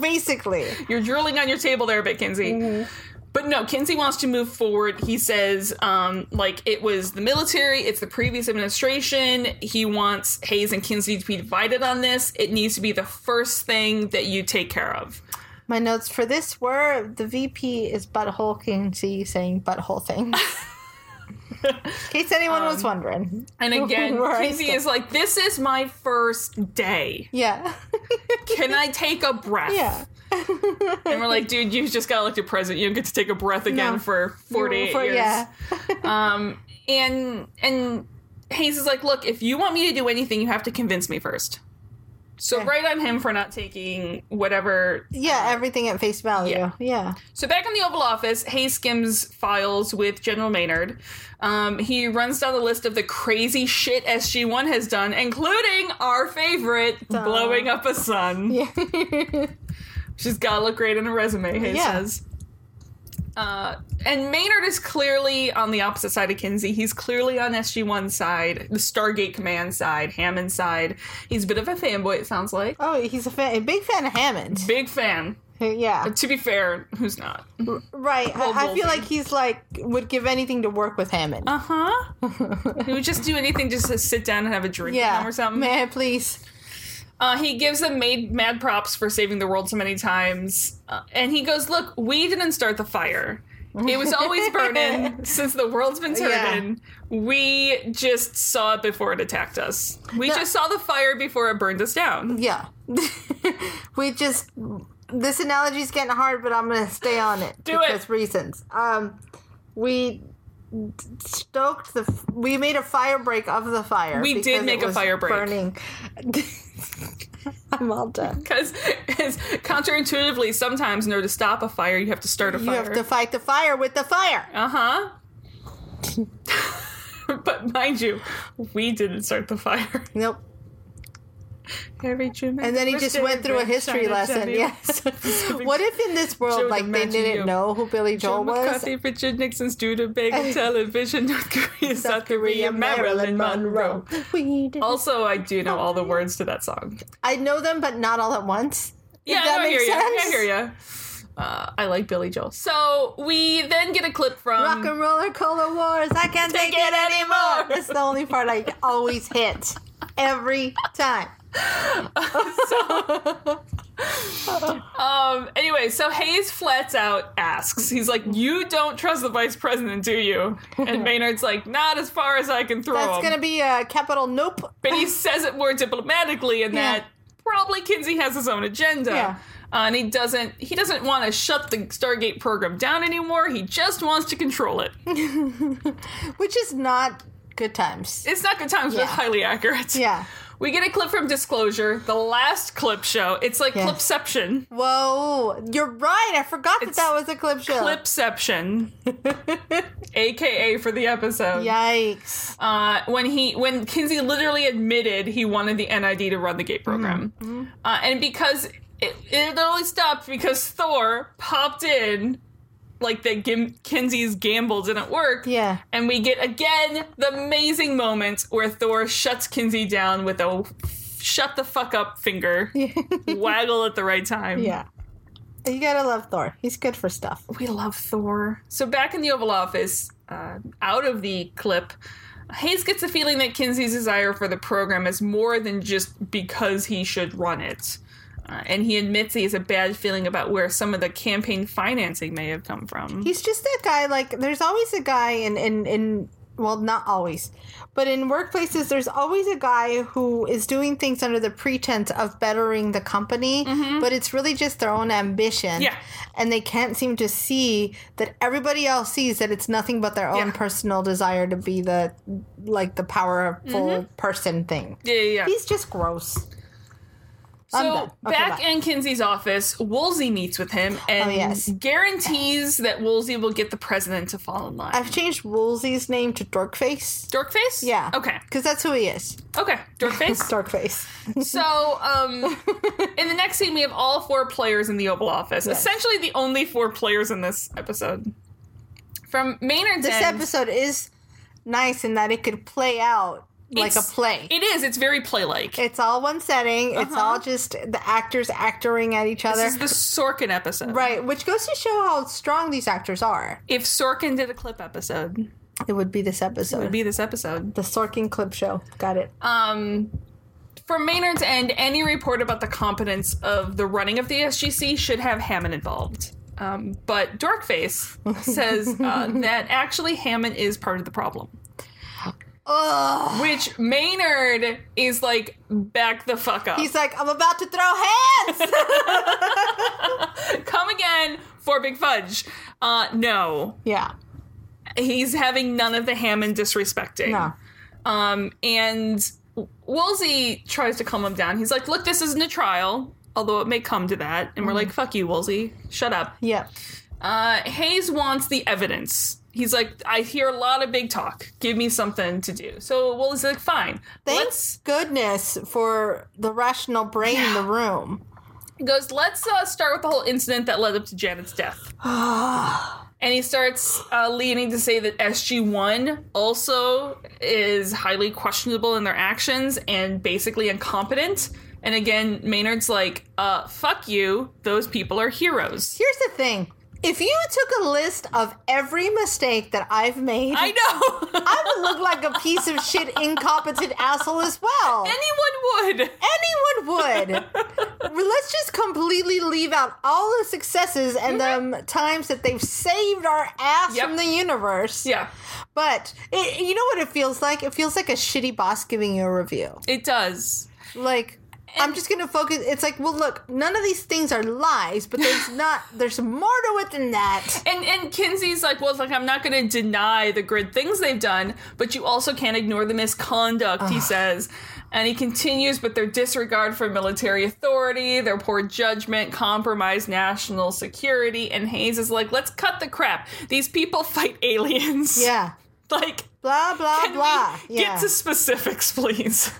Speaker 3: basically.
Speaker 2: You're drooling on your table there a bit, Kinsey.
Speaker 3: Mm-hmm.
Speaker 2: But no, Kinsey wants to move forward. He says, um, like, it was the military, it's the previous administration. He wants Hayes and Kinsey to be divided on this. It needs to be the first thing that you take care of.
Speaker 3: My notes for this were the VP is butthole Kinsey saying butthole things. In case anyone was
Speaker 2: Um,
Speaker 3: wondering.
Speaker 2: And again,
Speaker 3: Where I
Speaker 2: Kinsey
Speaker 3: stand.
Speaker 2: is like, this is my first day.
Speaker 3: Yeah.
Speaker 2: Can I take a breath?
Speaker 3: yeah.
Speaker 2: And we're like, dude, you just got elected president. You don't get to take a breath again
Speaker 3: No.
Speaker 2: for 48
Speaker 3: For-
Speaker 2: years.
Speaker 3: Yeah.
Speaker 2: Um, and and Hayes is like, look, if you want me to do anything, you have to convince me first. So
Speaker 3: Yeah.
Speaker 2: right on him for not taking whatever.
Speaker 3: Yeah, everything at face value.
Speaker 2: yeah.
Speaker 3: Yeah.
Speaker 2: So back in the Oval Office, Hayes skims files with General Maynard. Um, he runs down the list of the crazy shit SG-1 has done, including our favorite, blowing up a sun. She's gotta look great in a resume, Hayes
Speaker 3: Yeah.
Speaker 2: says. Uh, and Maynard is clearly on the opposite side of Kinsey. He's clearly on SG1's side, the Stargate Command side, Hammond side. He's a bit of a fanboy, it sounds like.
Speaker 3: Oh, he's a, fan, a big fan of Hammond.
Speaker 2: Big fan.
Speaker 3: Yeah.
Speaker 2: But to be fair, who's not?
Speaker 3: Right. I, I
Speaker 2: Wolverine.
Speaker 3: feel like he's like, would give anything to work with Hammond.
Speaker 2: Uh huh. he would just do anything just to sit down and have a drink with
Speaker 3: Uh-huh. yeah.
Speaker 2: him or something.
Speaker 3: May I please?
Speaker 2: Uh, he gives them made, mad props for saving the world so many times. Uh, and he goes, Look, we didn't start the fire. It was always burning since the world's been
Speaker 3: Yeah.
Speaker 2: turning. We just saw it before it attacked us. We
Speaker 3: No.
Speaker 2: just saw the fire before it burned us down.
Speaker 3: Yeah. we just. This analogy's getting hard, but I'm gonna stay on it
Speaker 2: Do it.
Speaker 3: because reasons. Um, we stoked the. f- We made a fire break of the fire.
Speaker 2: We did
Speaker 3: because it
Speaker 2: make a
Speaker 3: was
Speaker 2: fire break.
Speaker 3: Burning. I'm all done.
Speaker 2: Because counterintuitively, sometimes in order to stop a fire, you have to start a
Speaker 3: You have
Speaker 2: fire.
Speaker 3: to fight the fire with the fire.
Speaker 2: uh huh. but mind you, we didn't start the fire.
Speaker 3: Nope.
Speaker 2: Harry Truman.
Speaker 3: And then he just went through a history lesson. Yes. what if in this world,
Speaker 2: Joe,
Speaker 3: like they
Speaker 2: imagine you.
Speaker 3: didn't know who Billy Joel
Speaker 2: Joel
Speaker 3: was?
Speaker 2: McCarthy, Richard Nixon, Studebaker, television, North Korea, South Korea,
Speaker 3: Korea,
Speaker 2: Marilyn
Speaker 3: Eh. Marilyn
Speaker 2: Monroe.
Speaker 3: We did.
Speaker 2: Also, I do know all the words to that song.
Speaker 3: I know them, but not all at once.
Speaker 2: Yeah,
Speaker 3: that
Speaker 2: no, I hear
Speaker 3: makes
Speaker 2: you. I
Speaker 3: sense.
Speaker 2: hear you. Uh, I like Billy Joel. So we then get a clip from
Speaker 3: Rock and roller cola wars. I can't take, it anymore. That's the only part I always hit every time.
Speaker 2: Um, anyway, so Hayes flats out asks, he's like, "You don't trust the vice president, do you?" And Maynard's like, "Not as far as I can throw
Speaker 3: That's
Speaker 2: him."
Speaker 3: gonna be a capital nope.
Speaker 2: but he says it more diplomatically in
Speaker 3: Yeah.
Speaker 2: that probably Kinsey has his own agenda.
Speaker 3: Yeah.
Speaker 2: Uh, and he doesn't he doesn't want to shut the Stargate program down anymore. He just wants to control it.
Speaker 3: Which is not good times.
Speaker 2: It's not good times, but it's
Speaker 3: Yeah.
Speaker 2: highly accurate.
Speaker 3: Yeah.
Speaker 2: We get a clip from Disclosure, the last clip show. It's like
Speaker 3: Yes.
Speaker 2: Clipception.
Speaker 3: Whoa, you're right. I forgot
Speaker 2: It's
Speaker 3: that that was a clip show.
Speaker 2: Clipception. AKA for the episode.
Speaker 3: Yikes.
Speaker 2: Uh, when he when Kinsey literally admitted he wanted the NID to run the gate
Speaker 3: Mm-hmm.
Speaker 2: program. Uh, and because it, it only stopped because Thor popped in like the Gim- Kinsey's gamble didn't work.
Speaker 3: Yeah.
Speaker 2: And we get again the amazing moment where Thor shuts Kinsey down with a shut the fuck up finger waggle at the right time.
Speaker 3: Yeah. You gotta love Thor. He's good for stuff.
Speaker 2: We love Thor. So back in the Oval Office, uh, out of the clip, Hayes gets a feeling that Kinsey's desire for the program is more than just because he should run it. Uh, and he admits he has a bad feeling about where some of the campaign financing may have come from.
Speaker 3: He's just that guy, like, there's always a guy in, in, in, well, not always, but in workplaces, there's always a guy who is doing things under the pretense of bettering the company, but it's really just their own ambition.
Speaker 2: Mm-hmm. Yeah.
Speaker 3: And they can't seem to see that everybody else sees that it's nothing but their own
Speaker 2: Yeah.
Speaker 3: personal desire to be the, like, the powerful
Speaker 2: Mm-hmm.
Speaker 3: person thing.
Speaker 2: yeah, yeah, yeah.
Speaker 3: He's just gross. I'm
Speaker 2: So
Speaker 3: done. Okay,
Speaker 2: back
Speaker 3: bye.
Speaker 2: in Kinsey's office, Woolsey meets with him and
Speaker 3: Oh, yes.
Speaker 2: guarantees that Woolsey will get the president to fall in line.
Speaker 3: I've changed Woolsey's name to Dorkface.
Speaker 2: Dorkface?
Speaker 3: Yeah.
Speaker 2: Okay.
Speaker 3: Because that's who he is.
Speaker 2: Okay.
Speaker 3: It's
Speaker 2: Dorkface.
Speaker 3: Dorkface.
Speaker 2: So, um, in the next scene, we have all four players in the Oval Office.
Speaker 3: Yes.
Speaker 2: Essentially, the only four players in this episode. From Maynard's
Speaker 3: This
Speaker 2: end,
Speaker 3: episode is nice in that it could play out like a
Speaker 2: it's-
Speaker 3: play.
Speaker 2: It is. It's very play-like.
Speaker 3: it's all one setting. It's
Speaker 2: Uh-huh.
Speaker 3: all just the actors actoring at each other.
Speaker 2: this is the Sorkin episode.
Speaker 3: right, which goes to show how strong these actors are.
Speaker 2: If Sorkin did a clip episode, it
Speaker 3: It would be this episode.
Speaker 2: would be this episode.
Speaker 3: the Sorkin clip show. Got it.
Speaker 2: Um, from Maynard's end, any report about the competence of the running of the SGC should have Hammond involved. Um, but Dorkface says uh, that actually Hammond is part of the problem.
Speaker 3: Ugh.
Speaker 2: Which Maynard is like, back the fuck up.
Speaker 3: He's like, I'm about to throw hands.
Speaker 2: Come again for Big Fudge. Uh, no.
Speaker 3: yeah.
Speaker 2: He's having none of the Hammond disrespecting.
Speaker 3: No.
Speaker 2: Um, and Woolsey tries to calm him down. He's like, look, this isn't a trial, although it may come to that. And we're like, fuck you, Woolsey. Shut up.
Speaker 3: Yep.
Speaker 2: Uh, Hayes wants the evidence. He's like, I hear a lot of big talk. Give me something to do. So Woolsey's like, fine.
Speaker 3: Thank
Speaker 2: Let's
Speaker 3: goodness for the rational brain in the room.
Speaker 2: He goes, let's uh, start with the whole incident that led up to Janet's death. and he starts uh, leaning to say that SG1 also is highly questionable in their actions and basically incompetent. And again, Maynard's like, uh, fuck you. Those people are heroes.
Speaker 3: Here's the thing. If you took a list of every mistake that I've made,
Speaker 2: I
Speaker 3: I,
Speaker 2: know.
Speaker 3: would look like a piece of shit, incompetent asshole as well.
Speaker 2: Anyone would.
Speaker 3: Anyone would. Let's just completely leave out all the successes and the times that they've saved our ass
Speaker 2: Yep.
Speaker 3: from the universe.
Speaker 2: Yeah,
Speaker 3: But it, you know what it feels like? It feels like a shitty boss giving you a review.
Speaker 2: it does.
Speaker 3: Like, I'm just gonna focus. It's like, well, look, none of these things are lies, but there's not. There's more to it than that.
Speaker 2: And and Kinsey's like, well, like I'm not going to deny the good things they've done, but you also can't ignore the misconduct. He says, and he continues, but their disregard for military authority, their poor judgment, compromised national security. And Hayes is like, let's cut the crap. These people fight aliens.
Speaker 3: Yeah.
Speaker 2: like
Speaker 3: Blah blah
Speaker 2: can
Speaker 3: blah.
Speaker 2: we
Speaker 3: yeah.
Speaker 2: get to specifics, please?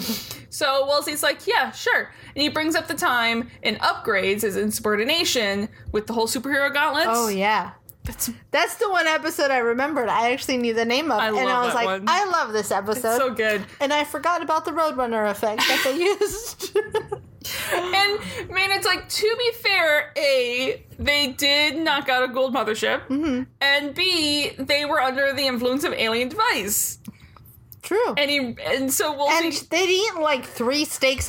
Speaker 2: so Wellesley's like, yeah, sure. And he brings up the time and upgrades his insubordination with the whole superhero gauntlets.
Speaker 3: oh yeah.
Speaker 2: That's
Speaker 3: That's the one episode I remembered. I actually knew the name of,
Speaker 2: I
Speaker 3: and
Speaker 2: love
Speaker 3: I was
Speaker 2: that
Speaker 3: like,
Speaker 2: one.
Speaker 3: I love this episode.
Speaker 2: so good.
Speaker 3: and I forgot about the Roadrunner effect that they used.
Speaker 2: And Maynard's like, to be fair, A, they did knock out a gold mothership,
Speaker 3: Mm-hmm.
Speaker 2: and B, they were under the influence of alien device.
Speaker 3: True. And,
Speaker 2: And he, and so Woolsey,
Speaker 3: they'd eat like three steaks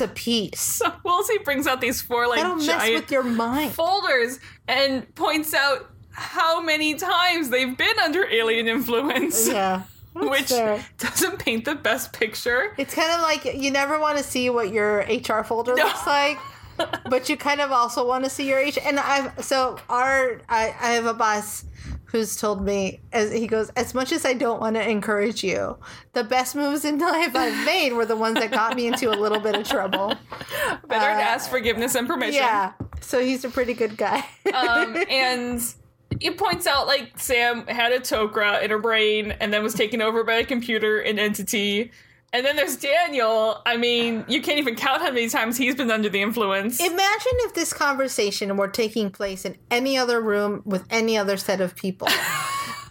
Speaker 3: apiece.
Speaker 2: so Woolsey brings out these four like
Speaker 3: That'll mess
Speaker 2: giant
Speaker 3: with your mind.
Speaker 2: folders and points out how many times they've been under alien influence.
Speaker 3: Yeah. that's
Speaker 2: Which
Speaker 3: fair.
Speaker 2: doesn't paint the best picture.
Speaker 3: It's kind of like you never want to see what your HR folder looks like. but you kind of also want to see your age. And I've so our I, I have a boss who's told me as he goes, as much as I don't want to encourage you, the best moves in life I've made were the ones that got me into a little bit of trouble.
Speaker 2: Better to ask forgiveness and permission.
Speaker 3: Uh, Yeah. So he's a pretty good guy.
Speaker 2: Um, and it points out like Sam had a Tokra in her brain and then was taken over by a computer and entity. And then there's Daniel. I mean, you can't even count how many times he's been under the influence.
Speaker 3: Imagine if this conversation were taking place in any other room with any other set of people.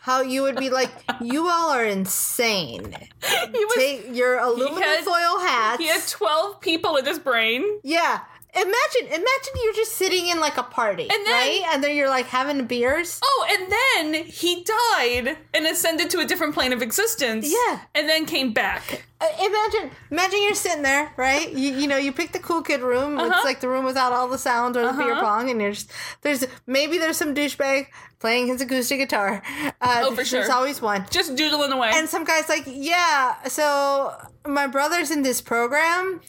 Speaker 3: How you would be like, you all are insane.
Speaker 2: he was
Speaker 3: Take your aluminum
Speaker 2: had-
Speaker 3: foil hats.
Speaker 2: he had 12 people in his brain.
Speaker 3: yeah. Imagine, imagine you're just sitting in like a party,
Speaker 2: And then-
Speaker 3: right? And then you're like having beers.
Speaker 2: Oh, and then he died and ascended to a different plane of existence.
Speaker 3: Yeah.
Speaker 2: And then came back.
Speaker 3: Uh, imagine, imagine you're sitting there, right? You, you know, you pick the cool kid room.
Speaker 2: Uh-huh.
Speaker 3: It's like the room without all the sound or the beer pong, and you're just there's maybe there's some douchebag playing his acoustic guitar. Uh,
Speaker 2: Oh, for
Speaker 3: There's
Speaker 2: sure.
Speaker 3: always one.
Speaker 2: Just doodling away.
Speaker 3: and some guy's like, yeah, so my brother's in this program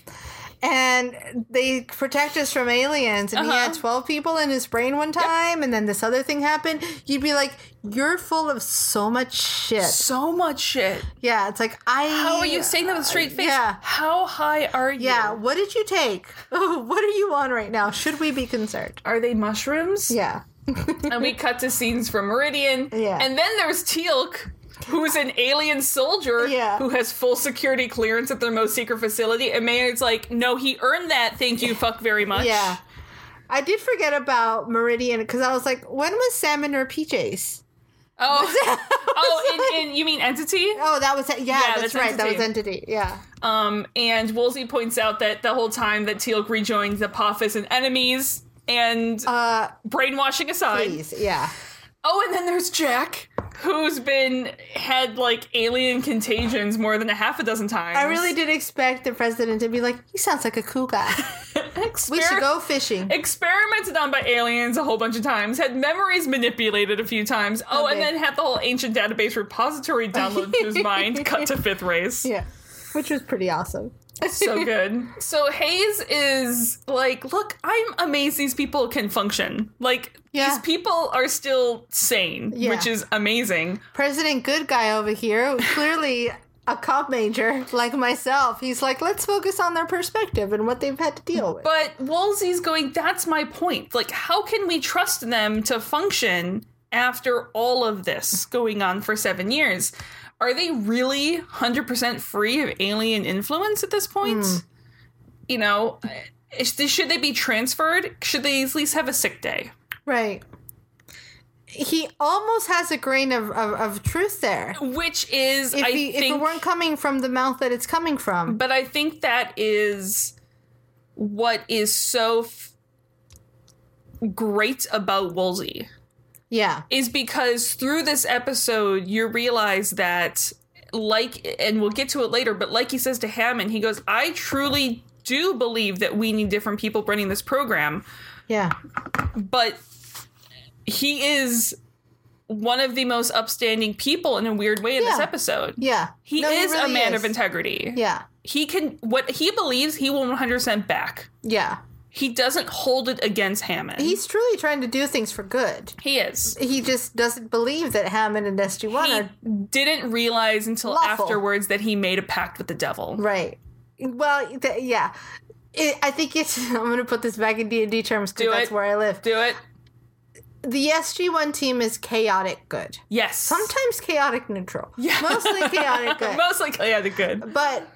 Speaker 3: and they protect us from aliens. And he
Speaker 2: Uh-huh.
Speaker 3: had 12 people in his brain one time, and then this other thing happened. You'd be like, you're full of so much shit.
Speaker 2: so much shit.
Speaker 3: Yeah, it's like, I.
Speaker 2: How are you saying that with a straight face?
Speaker 3: yeah.
Speaker 2: How high are you?
Speaker 3: Yeah, what did you take? what are you on right now? Should we be concerned?
Speaker 2: Are they mushrooms?
Speaker 3: Yeah.
Speaker 2: and we cut to scenes from Meridian.
Speaker 3: Yeah.
Speaker 2: And then there's Teal'c, who's an alien soldier
Speaker 3: Yeah.
Speaker 2: who has full security clearance at their most secret facility. And Maynard's like, no, he earned that. Thank you, fuck very much.
Speaker 3: Yeah. I did forget about Meridian because I was like, when was Sam in her PJs?
Speaker 2: Oh, oh, in, in, you mean entity?
Speaker 3: Oh, that was yeah, that's,
Speaker 2: that's
Speaker 3: right. That was
Speaker 2: Entity.
Speaker 3: Entity. Yeah.
Speaker 2: Um, and Woolsey points out that the whole time that Teal'c rejoined the Apophis and enemies and
Speaker 3: Uh,
Speaker 2: brainwashing aside.
Speaker 3: please, Uh, yeah.
Speaker 2: Oh, and then there's Jack, who's been had like alien contagions more than a half a dozen times.
Speaker 3: I really did expect the president to be like, he sounds like a cool guy.
Speaker 2: Exper-
Speaker 3: We should go fishing.
Speaker 2: Experimented on by aliens a whole bunch of times, had memories manipulated a few times. Oh,
Speaker 3: Okay.
Speaker 2: and then had the whole ancient database repository downloaded to his mind, cut to fifth race.
Speaker 3: Yeah, which was pretty awesome.
Speaker 2: So good. So Hayes is like, look, I'm amazed these people can function. Like,
Speaker 3: Yeah.
Speaker 2: these people are still sane,
Speaker 3: Yeah.
Speaker 2: which is amazing.
Speaker 3: President Good Guy over here, clearly a cop major like myself, he's like, let's focus on their perspective and what they've had to deal with.
Speaker 2: But Woolsey's going, that's my point. Like, how can we trust them to function after all of this going on for seven years? Are they really 100% free of alien influence at this point?
Speaker 3: Hmm.
Speaker 2: You know, is they- should they be transferred? Should they at least have a sick day?
Speaker 3: right. He almost has a grain of, of, of truth there.
Speaker 2: Which is,
Speaker 3: If,
Speaker 2: I
Speaker 3: he, if
Speaker 2: think.
Speaker 3: it weren't coming from the mouth that it's coming from.
Speaker 2: but I think that is what is so f- great about Woolsey.
Speaker 3: Yeah.
Speaker 2: is because through this episode you realize that like and we'll get to it later but like he says to hammond he goes i truly do believe that we need different people running this program
Speaker 3: Yeah.
Speaker 2: but he is one of the most upstanding people in a weird way in this
Speaker 3: Yeah.
Speaker 2: episode
Speaker 3: Yeah.
Speaker 2: he
Speaker 3: No,
Speaker 2: is a
Speaker 3: really
Speaker 2: man
Speaker 3: is.
Speaker 2: of integrity
Speaker 3: Yeah.
Speaker 2: he can what he believes he will 100% back
Speaker 3: Yeah.
Speaker 2: he doesn't hold it against hammond
Speaker 3: He's truly trying to do things for good.
Speaker 2: he is
Speaker 3: he just doesn't believe that Hammond and SG One
Speaker 2: he
Speaker 3: are
Speaker 2: didn't realize until
Speaker 3: Lawful.
Speaker 2: afterwards that he made a pact with the devil.
Speaker 3: right. Well, th- yeah, it, I think it's. I'm going to put this back in D and D terms
Speaker 2: Do
Speaker 3: because that's
Speaker 2: it.
Speaker 3: where I live.
Speaker 2: Do it.
Speaker 3: The SG One team is chaotic good,
Speaker 2: Yes.
Speaker 3: sometimes chaotic neutral, mostly chaotic good,
Speaker 2: Most likely, yeah, the good.
Speaker 3: but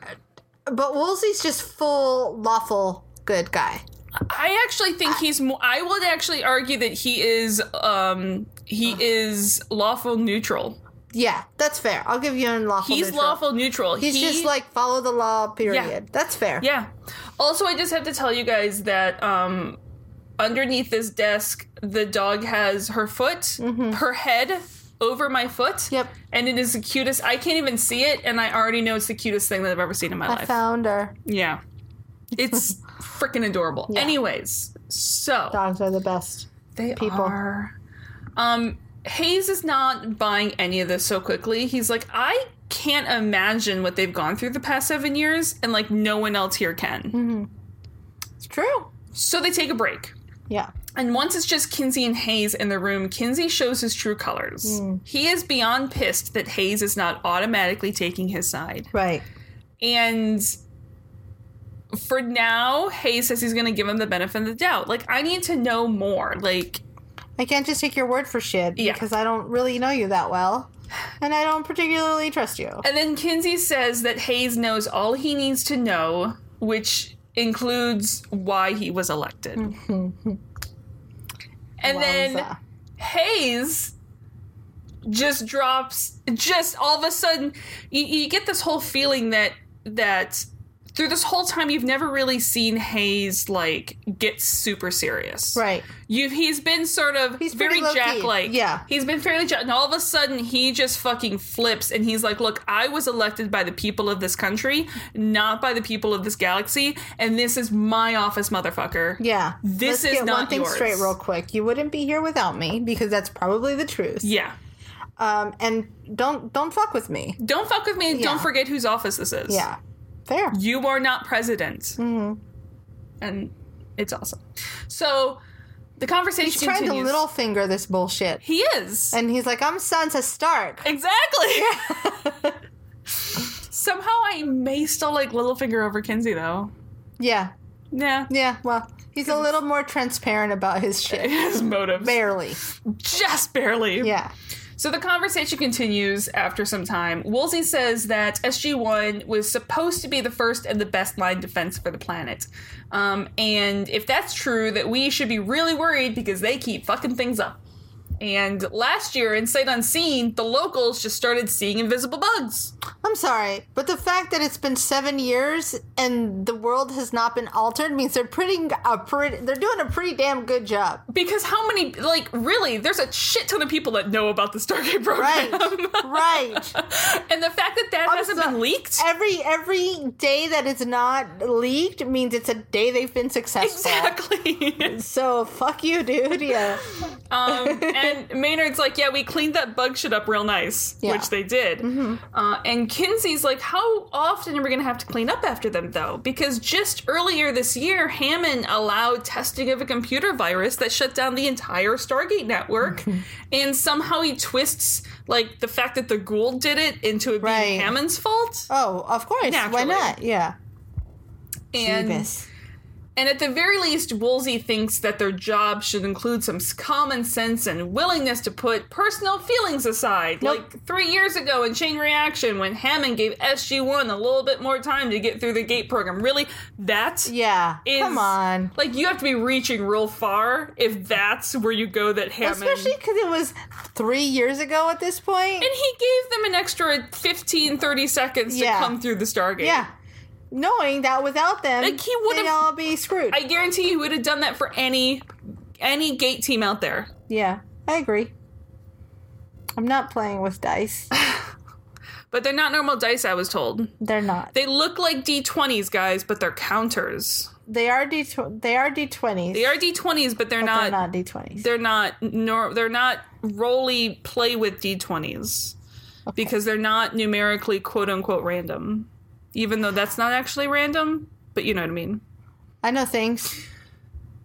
Speaker 3: but Woolsey's just full lawful good guy.
Speaker 2: I actually think he's. Mo- I would actually argue that he is. Um, he is lawful neutral.
Speaker 3: Yeah, that's fair. I'll give you unlawful.
Speaker 2: He's
Speaker 3: neutral.
Speaker 2: lawful neutral.
Speaker 3: He's
Speaker 2: He-
Speaker 3: just like follow the law. Period. That's fair.
Speaker 2: Yeah. Also, I just have to tell you guys that um, underneath this desk, the dog has her foot, her head over my foot.
Speaker 3: Mm-hmm. Yep.
Speaker 2: And it is the cutest. I can't even see it, and I already know it's the cutest thing that I've ever seen in my
Speaker 3: I
Speaker 2: life.
Speaker 3: found her.
Speaker 2: yeah. It's freaking adorable. Anyways, so
Speaker 3: Dogs are the best.
Speaker 2: they
Speaker 3: people.
Speaker 2: are. Um, Hayes is not buying any of this so quickly. He's like, I can't imagine
Speaker 3: Mm-hmm.
Speaker 2: what they've gone through the past seven years, and like no one else here can.
Speaker 3: It's true.
Speaker 2: So they take a break.
Speaker 3: Yeah.
Speaker 2: And once it's just Kinsey and Hayes in the room, Kinsey shows his true colors. He is beyond pissed that Hayes is not automatically taking his side.
Speaker 3: Right.
Speaker 2: And for now, Hayes says he's going to give him the benefit of the doubt. Like, I need to know more. Like,
Speaker 3: I can't just take your word for shit
Speaker 2: Yeah.
Speaker 3: because I don't really know you that well, and I don't particularly trust you.
Speaker 2: and then Kinsey says that Hayes knows all he needs to know, which includes why he was elected. and then
Speaker 3: Wowza.
Speaker 2: Hayes just drops just all of a sudden you, you get this whole feeling that that through this whole time you've never really seen Hayes like get super serious.
Speaker 3: right.
Speaker 2: You he's been sort of
Speaker 3: He's
Speaker 2: very
Speaker 3: pretty low-key,
Speaker 2: Jack like.
Speaker 3: yeah.
Speaker 2: He's been fairly Jack and all of a sudden he just fucking flips and he's like, Look, I was elected by the people of this country, not by the people of this galaxy, and this is my office, motherfucker.
Speaker 3: Yeah.
Speaker 2: This
Speaker 3: Let's
Speaker 2: is
Speaker 3: get one
Speaker 2: not
Speaker 3: thing
Speaker 2: yours.
Speaker 3: straight real quick. You wouldn't be here without me because that's probably the truth.
Speaker 2: Yeah.
Speaker 3: Um, and don't don't fuck with me.
Speaker 2: Don't fuck with me and
Speaker 3: Yeah.
Speaker 2: don't forget whose office this is.
Speaker 3: Yeah. Fair.
Speaker 2: you are not president.
Speaker 3: Mm-hmm.
Speaker 2: And it's awesome. So the conversation
Speaker 3: He's trying to
Speaker 2: continues.
Speaker 3: little finger this bullshit.
Speaker 2: he is.
Speaker 3: And he's like, I'm Sansa Stark.
Speaker 2: exactly. Somehow I may still like Littlefinger over Kinsey though.
Speaker 3: Yeah.
Speaker 2: Yeah.
Speaker 3: Yeah. Well, he's a little more transparent about his shit.
Speaker 2: His motives.
Speaker 3: Barely.
Speaker 2: Just barely.
Speaker 3: Yeah.
Speaker 2: So the conversation continues after some time. Woolsey says that SG1 was supposed to be the first and the best line defense for the planet. Um, and if that's true, that we should be really worried because they keep fucking things up. And last year, in Sight Unseen, the locals just started seeing invisible bugs.
Speaker 3: I'm sorry, but the fact that it's been seven years and the world has not been altered means they're pretty, a pretty they're doing a pretty damn good job.
Speaker 2: Because how many, like, really, there's a shit ton of people that know about the Stargate
Speaker 3: Right.
Speaker 2: program.
Speaker 3: right.
Speaker 2: and the fact that that hasn't
Speaker 3: so-
Speaker 2: been leaked.
Speaker 3: Every every day that it's not leaked means it's a day they've been successful.
Speaker 2: Exactly.
Speaker 3: So fuck you, dude. Yeah.
Speaker 2: Um, and Maynard's like, yeah, we cleaned that bug shit up real nice,
Speaker 3: Yeah. Mm-hmm.
Speaker 2: which they did. Uh, and Kinsey's like, how often are we going to have to clean up after them, though? Because just earlier this year, Hammond allowed testing of a computer virus that shut down the entire Stargate network.
Speaker 3: Mm-hmm.
Speaker 2: and somehow he twists, like, the fact that the Gould did it into it being
Speaker 3: Right.
Speaker 2: Hammond's fault.
Speaker 3: Oh, of course.
Speaker 2: Naturally.
Speaker 3: Why not? Yeah.
Speaker 2: and
Speaker 3: Jeebus.
Speaker 2: And at the very least, Woolsey thinks that their job should include some s- common sense and willingness to put personal feelings aside.
Speaker 3: Nope.
Speaker 2: Like three years ago in Chain Reaction, when Hammond gave SG1 a little bit more time to get through the gate program. Really? That?
Speaker 3: Yeah.
Speaker 2: is-
Speaker 3: Come on.
Speaker 2: Like, you have to be reaching real far if that's where you go that Hammond.
Speaker 3: Especially because it was three years ago at this point.
Speaker 2: and he gave them an extra 15, 30 seconds
Speaker 3: Yeah.
Speaker 2: to come through the Stargate.
Speaker 3: Yeah. Knowing that without them,
Speaker 2: Like, he would've-
Speaker 3: they'd all be screwed.
Speaker 2: I guarantee you would have done that for any any gate team out there.
Speaker 3: yeah, I agree. I'm not playing with dice.
Speaker 2: But they're not normal dice, I was told.
Speaker 3: They're not.
Speaker 2: They look like D20s, guys, but they're counters.
Speaker 3: They are d. Tw- they are d20s.
Speaker 2: They are D20s, but they're
Speaker 3: but
Speaker 2: not,
Speaker 3: they're not d20s.
Speaker 2: They're not. Nor they're not roly play with D20s because they're not numerically quote unquote random, even though that's not actually random. But you know what I mean.
Speaker 3: I know things.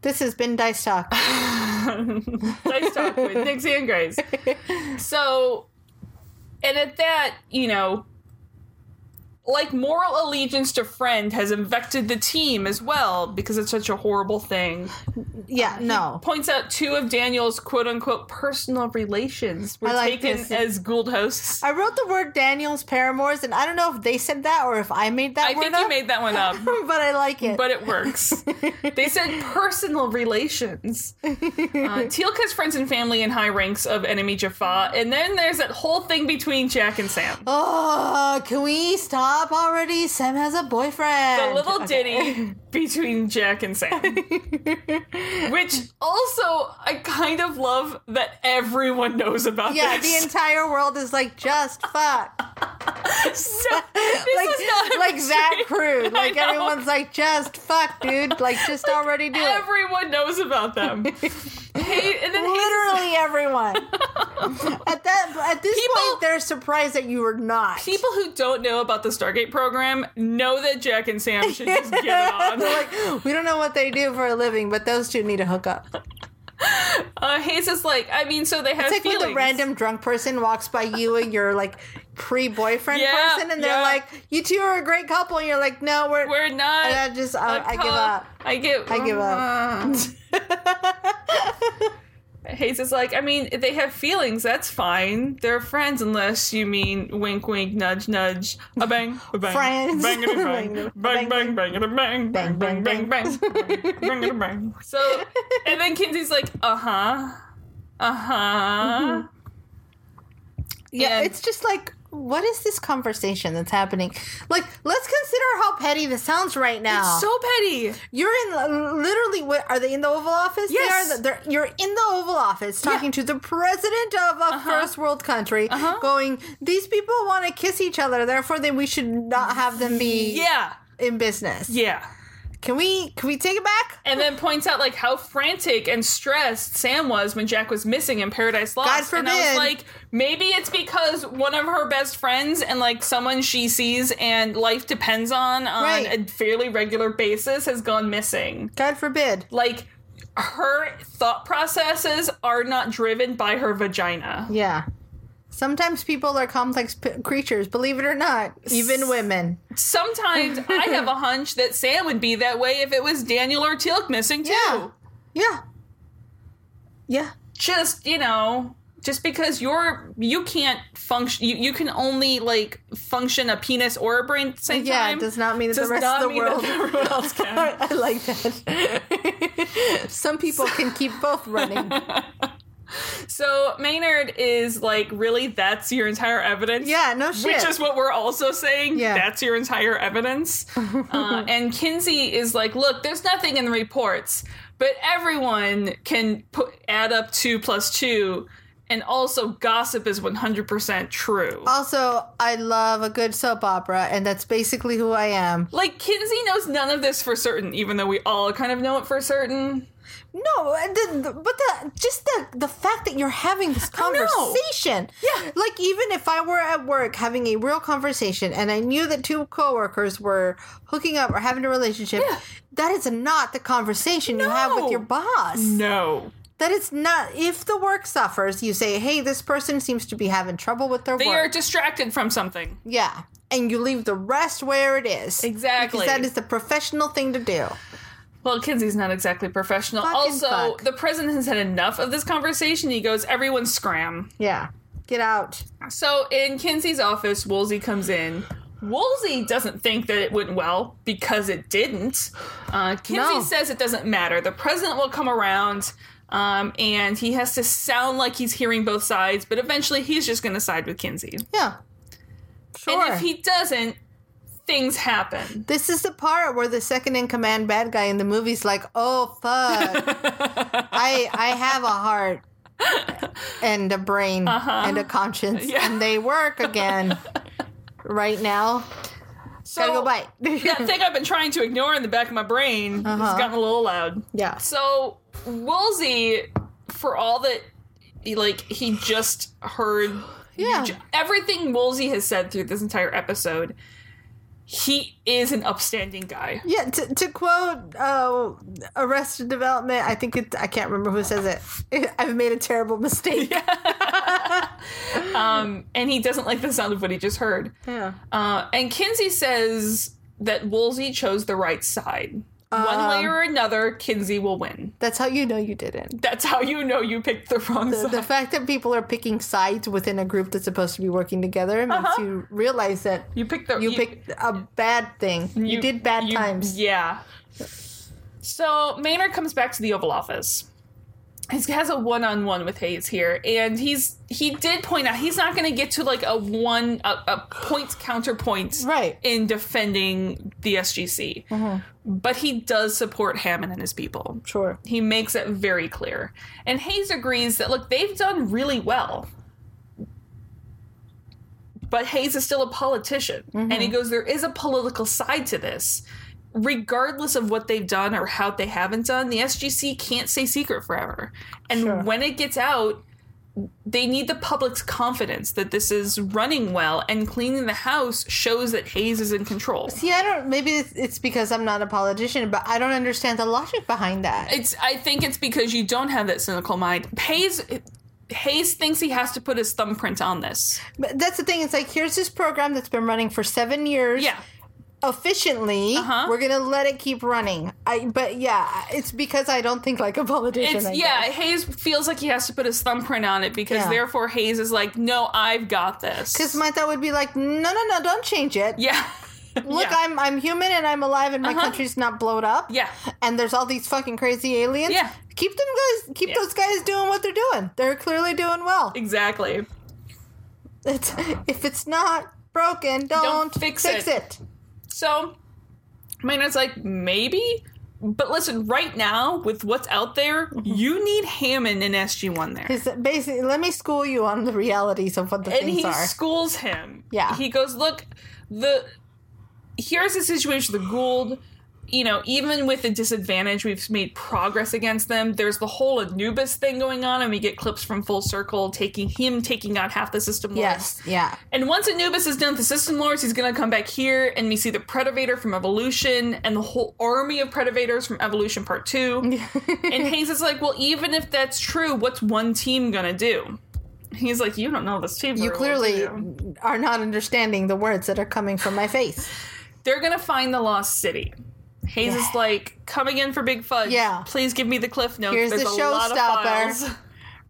Speaker 3: This has been dice talk.
Speaker 2: Dice talk with Dixie and Grace. So, and at that, you know, like moral allegiance to friend has infected the team as well because it's such a horrible thing.
Speaker 3: Yeah, no.
Speaker 2: points out two of Daniel's quote unquote personal relations were
Speaker 3: I like
Speaker 2: taken
Speaker 3: this.
Speaker 2: as Gould hosts. I,
Speaker 3: I wrote the word Daniel's paramours, and I don't know if they said that or if I made that word
Speaker 2: think you
Speaker 3: up,
Speaker 2: made that one up,
Speaker 3: but I like it.
Speaker 2: but it works. they said personal relations. Uh, Teal'c's friends and family in high ranks of enemy Jaffa, and then there's that whole thing between Jack and Sam.
Speaker 3: oh, can we stop already? Sam has a boyfriend.
Speaker 2: A little
Speaker 3: Okay.
Speaker 2: ditty between Jack and Sam. Which also, I kind of love that everyone knows about
Speaker 3: Yeah,
Speaker 2: this.
Speaker 3: the entire world is like just fuck.
Speaker 2: So, this
Speaker 3: like
Speaker 2: is not a
Speaker 3: like that
Speaker 2: mystery.
Speaker 3: crude. Like
Speaker 2: know.
Speaker 3: everyone's like just fuck, dude. Like just already do it.
Speaker 2: Everyone knows about them. Hey, and then Hayes is-
Speaker 3: Literally everyone. at that at this
Speaker 2: People-
Speaker 3: point, they're surprised that you were not.
Speaker 2: people who don't know about the Stargate program know that Jack and Sam should just get it on.
Speaker 3: They're like, we don't know what they do for a living, but those two need a hookup.
Speaker 2: uh, Hayes is like, I mean, so they have
Speaker 3: It's like
Speaker 2: feelings.
Speaker 3: when the random drunk person walks by you and you're like pre-boyfriend
Speaker 2: Yeah,
Speaker 3: person, and they're
Speaker 2: yeah.
Speaker 3: like, "You two are a great couple," and you're like, "No, we're."
Speaker 2: We're not.
Speaker 3: and I just, I, I give up.
Speaker 2: I give.
Speaker 3: I give
Speaker 2: Hayes is like, I mean, they have feelings. That's fine. They're friends, unless you mean wink, wink, nudge, nudge, a bang, a bang,
Speaker 3: Friends.
Speaker 2: bang, a bang, bang, bang, bang, a bang, bang, bang, bang, bang, bang, a bang. So, and then Kinsey's like, uh huh, uh huh.
Speaker 3: Mm-hmm. Yeah, it's just like, what is this conversation that's happening? Like, let's consider how petty this sounds right now.
Speaker 2: so petty.
Speaker 3: You're in uh, literally. What are they in the Oval Office?
Speaker 2: Yes.
Speaker 3: They are, they're, you're in the Oval Office talking to the president of a
Speaker 2: Uh-huh.
Speaker 3: first world country, going, "These people want to kiss each other, therefore, then we should not have them be
Speaker 2: Yeah,
Speaker 3: in business."
Speaker 2: yeah.
Speaker 3: Can we? Can we take it back?
Speaker 2: And then points out like how frantic and stressed Sam was when Jack was missing in Paradise Lost.
Speaker 3: God
Speaker 2: And I was
Speaker 3: forbid.
Speaker 2: like, maybe it's because one of her best friends and like someone she sees and life depends on on
Speaker 3: Right.
Speaker 2: a fairly regular basis has gone missing.
Speaker 3: God forbid.
Speaker 2: Like her thought processes are not driven by her vagina.
Speaker 3: Yeah. Sometimes people are complex p- creatures, believe it or not, even women.
Speaker 2: Sometimes I have a hunch that Sam would be that way if it was Daniel or Teal'c missing too.
Speaker 3: Yeah. Yeah. Yeah.
Speaker 2: just you know just because you're you can't function you, you can only like function a penis or a brain at the same
Speaker 3: Yeah,
Speaker 2: time
Speaker 3: it does not mean that
Speaker 2: Does
Speaker 3: the rest
Speaker 2: not
Speaker 3: of the
Speaker 2: mean that
Speaker 3: world.
Speaker 2: everyone else can.
Speaker 3: I like that. Some people can keep both running.
Speaker 2: so maynard is like really that's your entire evidence
Speaker 3: Yeah, no shit.
Speaker 2: which is what we're also saying
Speaker 3: Yeah.
Speaker 2: that's your entire evidence uh, and kinsey is like look there's nothing in the reports but everyone can put add up two plus two and also gossip is 100% true
Speaker 3: also, I love a good soap opera, and that's basically who I am.
Speaker 2: Like Kinsey knows none of this for certain, even though we all kind of know it for certain.
Speaker 3: No, and the, the- but the just the the fact that you're having this
Speaker 2: know.
Speaker 3: conversation.
Speaker 2: Yeah.
Speaker 3: Like even if I were at work having a real conversation and I knew that two coworkers were hooking up or having a relationship,
Speaker 2: Yeah.
Speaker 3: that is not the conversation you have
Speaker 2: No.
Speaker 3: with your boss.
Speaker 2: No.
Speaker 3: That it's not if the work suffers, you say, "Hey, this person seems to be having trouble with their
Speaker 2: They
Speaker 3: work."
Speaker 2: are distracted from something.
Speaker 3: yeah. And you leave the rest where it is.
Speaker 2: Exactly.
Speaker 3: Because that is the professional thing to do.
Speaker 2: Well, Kinsey's not exactly professional.
Speaker 3: Fucking
Speaker 2: also,
Speaker 3: fuck.
Speaker 2: the president has had enough of this conversation. He goes, everyone scram.
Speaker 3: Yeah. Get out.
Speaker 2: So in Kinsey's office, Woolsey comes in. Woolsey doesn't think that it went well because it didn't. Uh, Kinsey
Speaker 3: No.
Speaker 2: says it doesn't matter. The president will come around um, and he has to sound like he's hearing both sides, but eventually he's just going to side with Kinsey.
Speaker 3: Yeah. Sure.
Speaker 2: And if he doesn't, things happen.
Speaker 3: This is the part where the second in command bad guy in the movie's like, "Oh fuck, I I have a heart and a brain and a conscience,
Speaker 2: Uh-huh. Yeah.
Speaker 3: and they work again." Right now,
Speaker 2: So
Speaker 3: gotta go bite.
Speaker 2: that thing I've been trying to ignore in the back of my brain
Speaker 3: Uh-huh.
Speaker 2: has gotten a little loud.
Speaker 3: yeah,
Speaker 2: So Woolsey, for all that, he, like he just heard, he
Speaker 3: Yeah.
Speaker 2: ju- everything Woolsey has said through this entire episode. He is an upstanding guy.
Speaker 3: yeah. To, to quote uh, Arrested Development, I think it. I can't remember who says it. I've made a terrible mistake. Yeah.
Speaker 2: Um, and he doesn't like the sound of what he just heard. Uh, and Kinsey says that Woolsey chose the right side.
Speaker 3: Um,
Speaker 2: One way or another, Kinsey will win.
Speaker 3: That's how you know you didn't.
Speaker 2: That's how you know you picked the wrong
Speaker 3: The,
Speaker 2: side.
Speaker 3: the fact that people are picking sides within a group that's supposed to be working together makes you realize that
Speaker 2: you picked the
Speaker 3: Uh-huh. You picked a bad thing. You, did bad
Speaker 2: you-
Speaker 3: times.
Speaker 2: Yeah. So Maynard comes back to the Oval Office. He has a one-on-one with Hayes here, and he's he did point out he's not going to get to like a one a, a point counterpoint
Speaker 3: Right.
Speaker 2: in defending the SGC,
Speaker 3: Mm-hmm.
Speaker 2: but he does support Hammond and his people.
Speaker 3: Sure.
Speaker 2: He makes it very clear. And Hayes agrees that, look, they've done really well. But Hayes is still a politician. And he goes, there is a political side to this. regardless of what they've done or how they haven't done, the SGC can't stay secret forever. And
Speaker 3: Sure.
Speaker 2: when it gets out, they need the public's confidence that this is running well and cleaning the house shows that Hayes is in control.
Speaker 3: See, I don't. Maybe it's, it's because I'm not a politician, but I don't understand the logic behind that.
Speaker 2: It's I think it's because you don't have that cynical mind. Hayes Hayes thinks he has to put his thumbprint on this.
Speaker 3: But that's the thing. It's like here's this program that's been running for seven years.
Speaker 2: Yeah.
Speaker 3: Efficiently,
Speaker 2: Uh-huh.
Speaker 3: we're gonna let it keep running. I, but yeah, it's because I don't think like a politician.
Speaker 2: It's
Speaker 3: I
Speaker 2: yeah,
Speaker 3: guess.
Speaker 2: Hayes feels like he has to put his thumbprint on it because
Speaker 3: Yeah.
Speaker 2: therefore Hayes is like, "No, I've got this."
Speaker 3: 'Cause my thought would be like, no, no, no, don't change it.
Speaker 2: yeah.
Speaker 3: Look,
Speaker 2: Yeah.
Speaker 3: I'm I'm human and I'm alive and my
Speaker 2: Uh-huh.
Speaker 3: country's not blown up.
Speaker 2: Yeah.
Speaker 3: And there's all these fucking crazy aliens.
Speaker 2: Yeah.
Speaker 3: Keep them guys keep
Speaker 2: Yeah.
Speaker 3: those guys doing what they're doing. They're clearly doing well.
Speaker 2: Exactly.
Speaker 3: It's, if it's not broken, don't,
Speaker 2: fix
Speaker 3: fix
Speaker 2: it.
Speaker 3: it.
Speaker 2: So, Maynard's like, maybe? But listen, right now, with what's out there,
Speaker 3: Mm-hmm.
Speaker 2: you need Hammond and SG1 there.
Speaker 3: Is basically let me school you on the realities of what the
Speaker 2: And
Speaker 3: things
Speaker 2: he
Speaker 3: are.
Speaker 2: schools him.
Speaker 3: Yeah.
Speaker 2: He goes, look, the here's the situation with the Gould. You know, even with the disadvantage, we've made progress against them. There's the whole Anubis thing going on, and we get clips from Full Circle taking him taking out half the system. once.
Speaker 3: yes, yeah.
Speaker 2: And once Anubis is done with the System Lords, he's gonna come back here and we see the Predator from Evolution and the whole army of Predators from Evolution Part 2. and Hayes is like, well, even if that's true, what's one team gonna do? He's like, you don't know this team.
Speaker 3: You
Speaker 2: very well, do
Speaker 3: clearly
Speaker 2: you?"
Speaker 3: are not understanding the words that are coming from my face.
Speaker 2: They're gonna find the Lost City. Hayes is like, come again for Big Fudge.
Speaker 3: Yeah.
Speaker 2: Please give me the cliff notes.
Speaker 3: Here's
Speaker 2: There's
Speaker 3: the
Speaker 2: a lot of
Speaker 3: showstopper."
Speaker 2: files.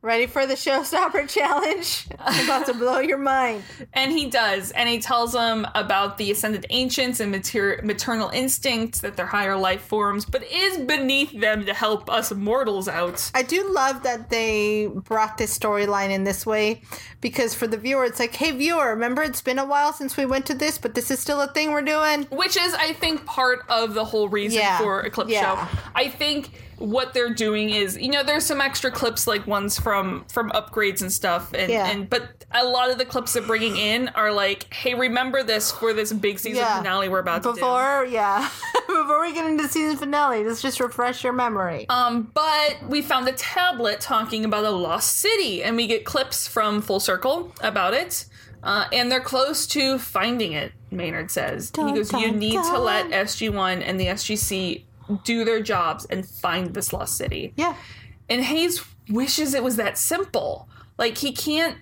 Speaker 3: Ready for the showstopper challenge? I'm about to blow your mind.
Speaker 2: And he does. And he tells them about the ascended ancients and mater- maternal instincts that they're higher life forms, but it is beneath them to help us mortals out.
Speaker 3: I do love that they brought this storyline in this way because for the viewer, it's like, hey, viewer, remember it's been a while since we went to this, but this is still a thing we're doing.
Speaker 2: Which is, I think, part of the whole reason
Speaker 3: Yeah.
Speaker 2: for Eclipse
Speaker 3: Yeah.
Speaker 2: Show. I think what they're doing is, you know, there's some extra clips like ones from from upgrades and stuff, and,
Speaker 3: Yeah.
Speaker 2: and but a lot of the clips they're bringing in are like, hey, remember this for this big season
Speaker 3: Yeah.
Speaker 2: finale we're about to do.
Speaker 3: Before, yeah, before we get into the season finale, let's just refresh your memory.
Speaker 2: Um, but we found a tablet talking about a lost city, and we get clips from Full Circle about it. Uh, and they're close to finding it, Maynard says. he
Speaker 3: Dun,
Speaker 2: goes, You
Speaker 3: dun,
Speaker 2: need to
Speaker 3: dun."
Speaker 2: let SG1 and the SGC do their jobs and find this lost city.
Speaker 3: yeah.
Speaker 2: And Hayes wishes it was that simple. Like, he can't.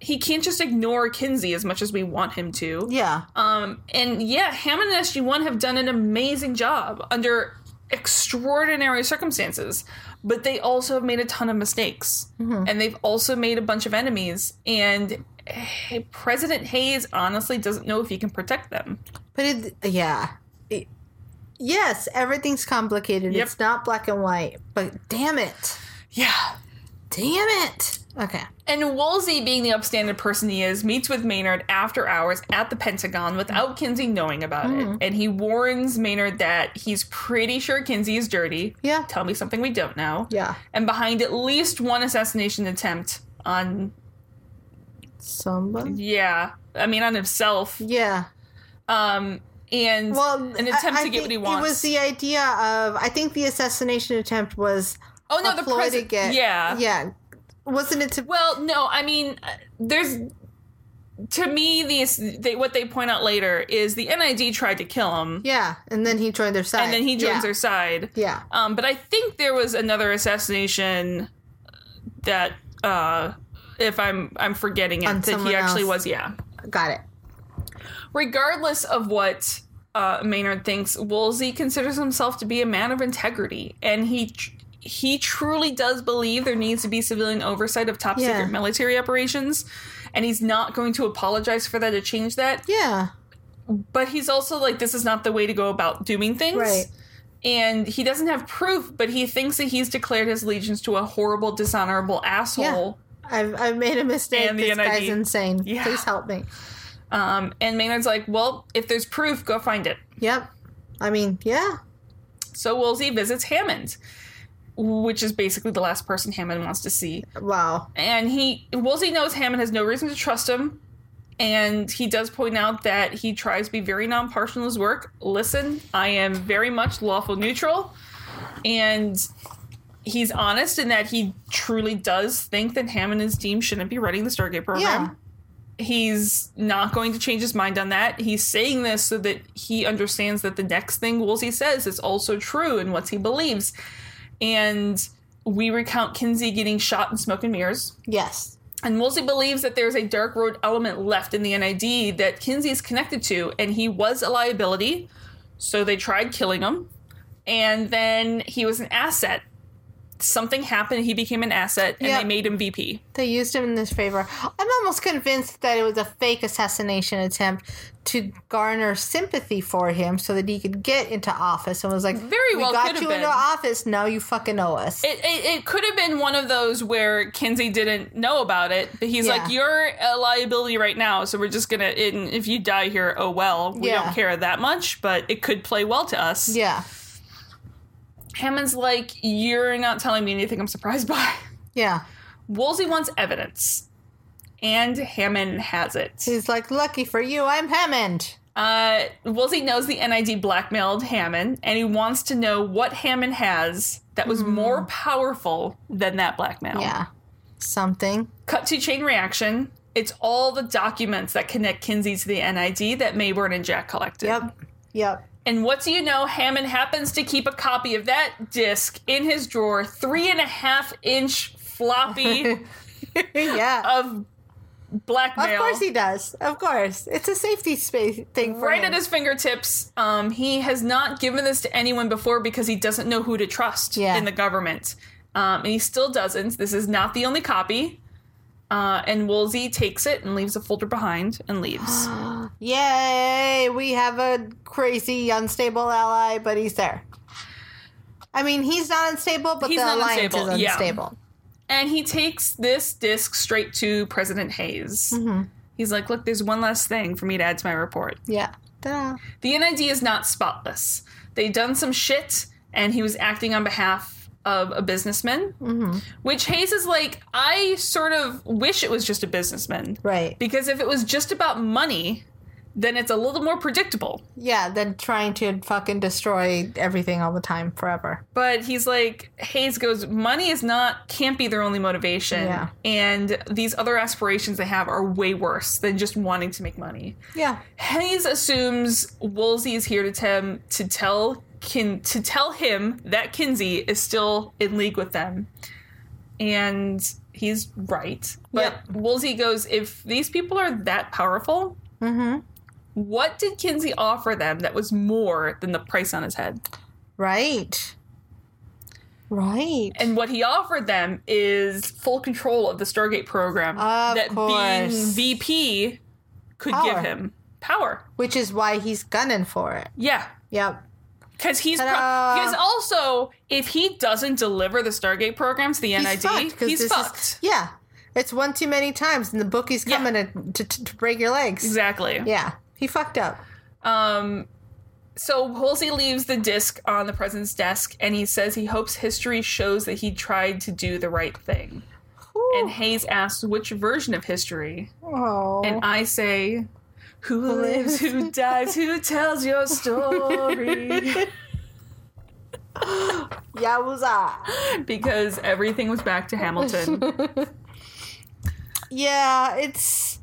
Speaker 2: He can't just ignore Kinsey as much as we want him to.
Speaker 3: Yeah.
Speaker 2: Um, and yeah, Hammond and SG1 have done an amazing job under extraordinary circumstances, but they also have made a ton of mistakes. And they've also made a bunch of enemies. And eh, President Hayes honestly doesn't know if he can protect them.
Speaker 3: But it, yeah. It- yes, everything's complicated.
Speaker 2: Yep.
Speaker 3: It's not black and white, but damn it.
Speaker 2: Yeah.
Speaker 3: Damn it. Okay.
Speaker 2: And Wolsey, being the upstanding person he is, meets with Maynard after hours at the Pentagon without Kinsey knowing about it. And he warns Maynard that he's pretty sure Kinsey is dirty.
Speaker 3: Yeah.
Speaker 2: Tell me something we don't know.
Speaker 3: Yeah.
Speaker 2: and behind at least one assassination attempt on
Speaker 3: Somebody.
Speaker 2: yeah i mean on himself
Speaker 3: Yeah.
Speaker 2: um and
Speaker 3: Well,
Speaker 2: an attempt
Speaker 3: I- I
Speaker 2: to get what
Speaker 3: think
Speaker 2: he wants
Speaker 3: It was the idea of I think the assassination attempt was
Speaker 2: oh no
Speaker 3: a
Speaker 2: the
Speaker 3: ploy to
Speaker 2: president
Speaker 3: get
Speaker 2: yeah
Speaker 3: yeah. Wasn't it to
Speaker 2: well no i mean uh, there's to me these they, what they point out later is the nid tried to kill him
Speaker 3: yeah? And then he joined their side,
Speaker 2: and then he joins
Speaker 3: yeah.
Speaker 2: their side
Speaker 3: Yeah,
Speaker 2: Um, but I think there was another assassination that, uh, if I'm I'm forgetting it,
Speaker 3: On
Speaker 2: that he
Speaker 3: someone
Speaker 2: actually
Speaker 3: else.
Speaker 2: was. Yeah.
Speaker 3: got it.
Speaker 2: regardless of what uh, Maynard thinks, Woolsey considers himself to be a man of integrity, and he tr- he truly does believe there needs to be civilian oversight of top
Speaker 3: Yeah.
Speaker 2: secret military operations, and he's not going to apologize for that to change that.
Speaker 3: Yeah,
Speaker 2: But he's also like, this is not the way to go about doing things.
Speaker 3: Right.
Speaker 2: And he doesn't have proof, but he thinks that he's declared his allegiance to a horrible, dishonorable asshole.
Speaker 3: I've I've made a mistake.
Speaker 2: And the
Speaker 3: This
Speaker 2: NID.
Speaker 3: guy's insane.
Speaker 2: Yeah.
Speaker 3: Please help me.
Speaker 2: Um, and Maynard's like, well, if there's proof, go find it.
Speaker 3: Yep. I mean, yeah,
Speaker 2: So Woolsey visits Hammond, which is basically the last person Hammond wants to see.
Speaker 3: wow.
Speaker 2: And he Woolsey knows Hammond has no reason to trust him. And he does point out that he tries to be very non partial in his work. Listen, I am very much lawful neutral. And he's honest in that he truly does think that Ham and his team shouldn't be running the Stargate program. He's not going to change his mind on that. He's saying this so that he understands that the next thing Woolsey says is also true and what he believes. And we recount Kinsey getting shot in smoke and mirrors.
Speaker 3: Yes.
Speaker 2: And Woolsey believes that there's a dark road element left in the NID that Kinsey is connected to, and he was a liability, so they tried killing him. And then he was an asset. Something happened, he became an asset, and
Speaker 3: Yep.
Speaker 2: they made him VP.
Speaker 3: They used him in this favor. I'm almost convinced that it was a fake assassination attempt to garner sympathy for him so that he could get into office and was like,
Speaker 2: Very well
Speaker 3: we got
Speaker 2: could have
Speaker 3: you
Speaker 2: been."
Speaker 3: into office, now you fucking owe us.
Speaker 2: It, it, it could have been one of those where Kinsey didn't know about it, but he's
Speaker 3: Yeah.
Speaker 2: like, You're a liability right now, so we're just gonna, and if you die here, oh well, we
Speaker 3: Yeah.
Speaker 2: don't care that much, but it could play well to us.
Speaker 3: yeah.
Speaker 2: Hammond's like, You're not telling me anything I'm surprised by.
Speaker 3: Yeah.
Speaker 2: Woolsey wants evidence, and Hammond has it.
Speaker 3: He's like, lucky for you, I'm Hammond.
Speaker 2: Uh, Woolsey knows the NID blackmailed Hammond, and he wants to know what Hammond has that was more powerful than that blackmail.
Speaker 3: Hmm. Yeah. Something.
Speaker 2: Cut to chain reaction. It's all the documents that connect Kinsey to the NID that Mayburn and Jack collected.
Speaker 3: Yep. Yep.
Speaker 2: And what do you know? Hammond happens to keep a copy of that disc in his drawer, three and a half inch floppy
Speaker 3: yeah.
Speaker 2: of
Speaker 3: of
Speaker 2: blackmail.
Speaker 3: course he does. Of course. It's a safety space thing for
Speaker 2: right
Speaker 3: him.
Speaker 2: at his fingertips. Um, he has not given this to anyone before because he doesn't know who to trust
Speaker 3: Yeah.
Speaker 2: in the government. Um, and he still doesn't. This is not the only copy. Uh, and Woolsey takes it and leaves a folder behind and leaves.
Speaker 3: Yay! We have a crazy, unstable ally, but he's there. I mean, he's not unstable, but
Speaker 2: He's
Speaker 3: the
Speaker 2: not
Speaker 3: alliance
Speaker 2: unstable,
Speaker 3: is
Speaker 2: yeah.
Speaker 3: unstable.
Speaker 2: and he takes this disc straight to President Hayes.
Speaker 3: Mm-hmm.
Speaker 2: He's like, look, there's one last thing for me to add to my report.
Speaker 3: Yeah. Ta-da.
Speaker 2: The NID is not spotless. They done some shit, and he was acting on behalf of a businessman. Which Hayes is like, I sort of wish it was just a businessman.
Speaker 3: Right.
Speaker 2: Because if it was just about money, then it's a little more predictable.
Speaker 3: Yeah, then trying to fucking destroy everything all the time forever.
Speaker 2: But he's like, Hayes goes, money is not, can't be their only motivation.
Speaker 3: Yeah.
Speaker 2: And these other aspirations they have are way worse than just wanting to make money.
Speaker 3: Yeah.
Speaker 2: Hayes assumes Woolsey is here to tem- to tell Kin- to tell him that Kinsey is still in league with them, and he's right. But
Speaker 3: Yep.
Speaker 2: Woolsey goes, if these people are that powerful,
Speaker 3: Mm-hmm.
Speaker 2: what did Kinsey offer them that was more than the price on his head?
Speaker 3: Right. Right.
Speaker 2: And what he offered them is full control of the Stargate program
Speaker 3: Of
Speaker 2: that being
Speaker 3: course.
Speaker 2: VP could
Speaker 3: Power.
Speaker 2: give him power.
Speaker 3: Which is why he's gunning for it.
Speaker 2: Yeah.
Speaker 3: Yep.
Speaker 2: Because he's
Speaker 3: Ta-da.
Speaker 2: because also if he doesn't deliver the Stargate program to the
Speaker 3: He's
Speaker 2: NID,
Speaker 3: fucked. 'cause
Speaker 2: he's
Speaker 3: this is-
Speaker 2: fucked.
Speaker 3: yeah. It's one too many times, and the bookie's
Speaker 2: Yeah.
Speaker 3: coming to, to, to break your legs.
Speaker 2: Exactly.
Speaker 3: Yeah. He fucked up.
Speaker 2: Um, so Woolsey leaves the disc on the president's desk, and he says he hopes history shows that he tried to do the right thing.
Speaker 3: Whew.
Speaker 2: And Hayes asks which version of history,
Speaker 3: oh.
Speaker 2: and I say, "Who lives? Who dies? Who tells your story?"
Speaker 3: Yowza.
Speaker 2: because everything was back to Hamilton.
Speaker 3: Yeah, it's.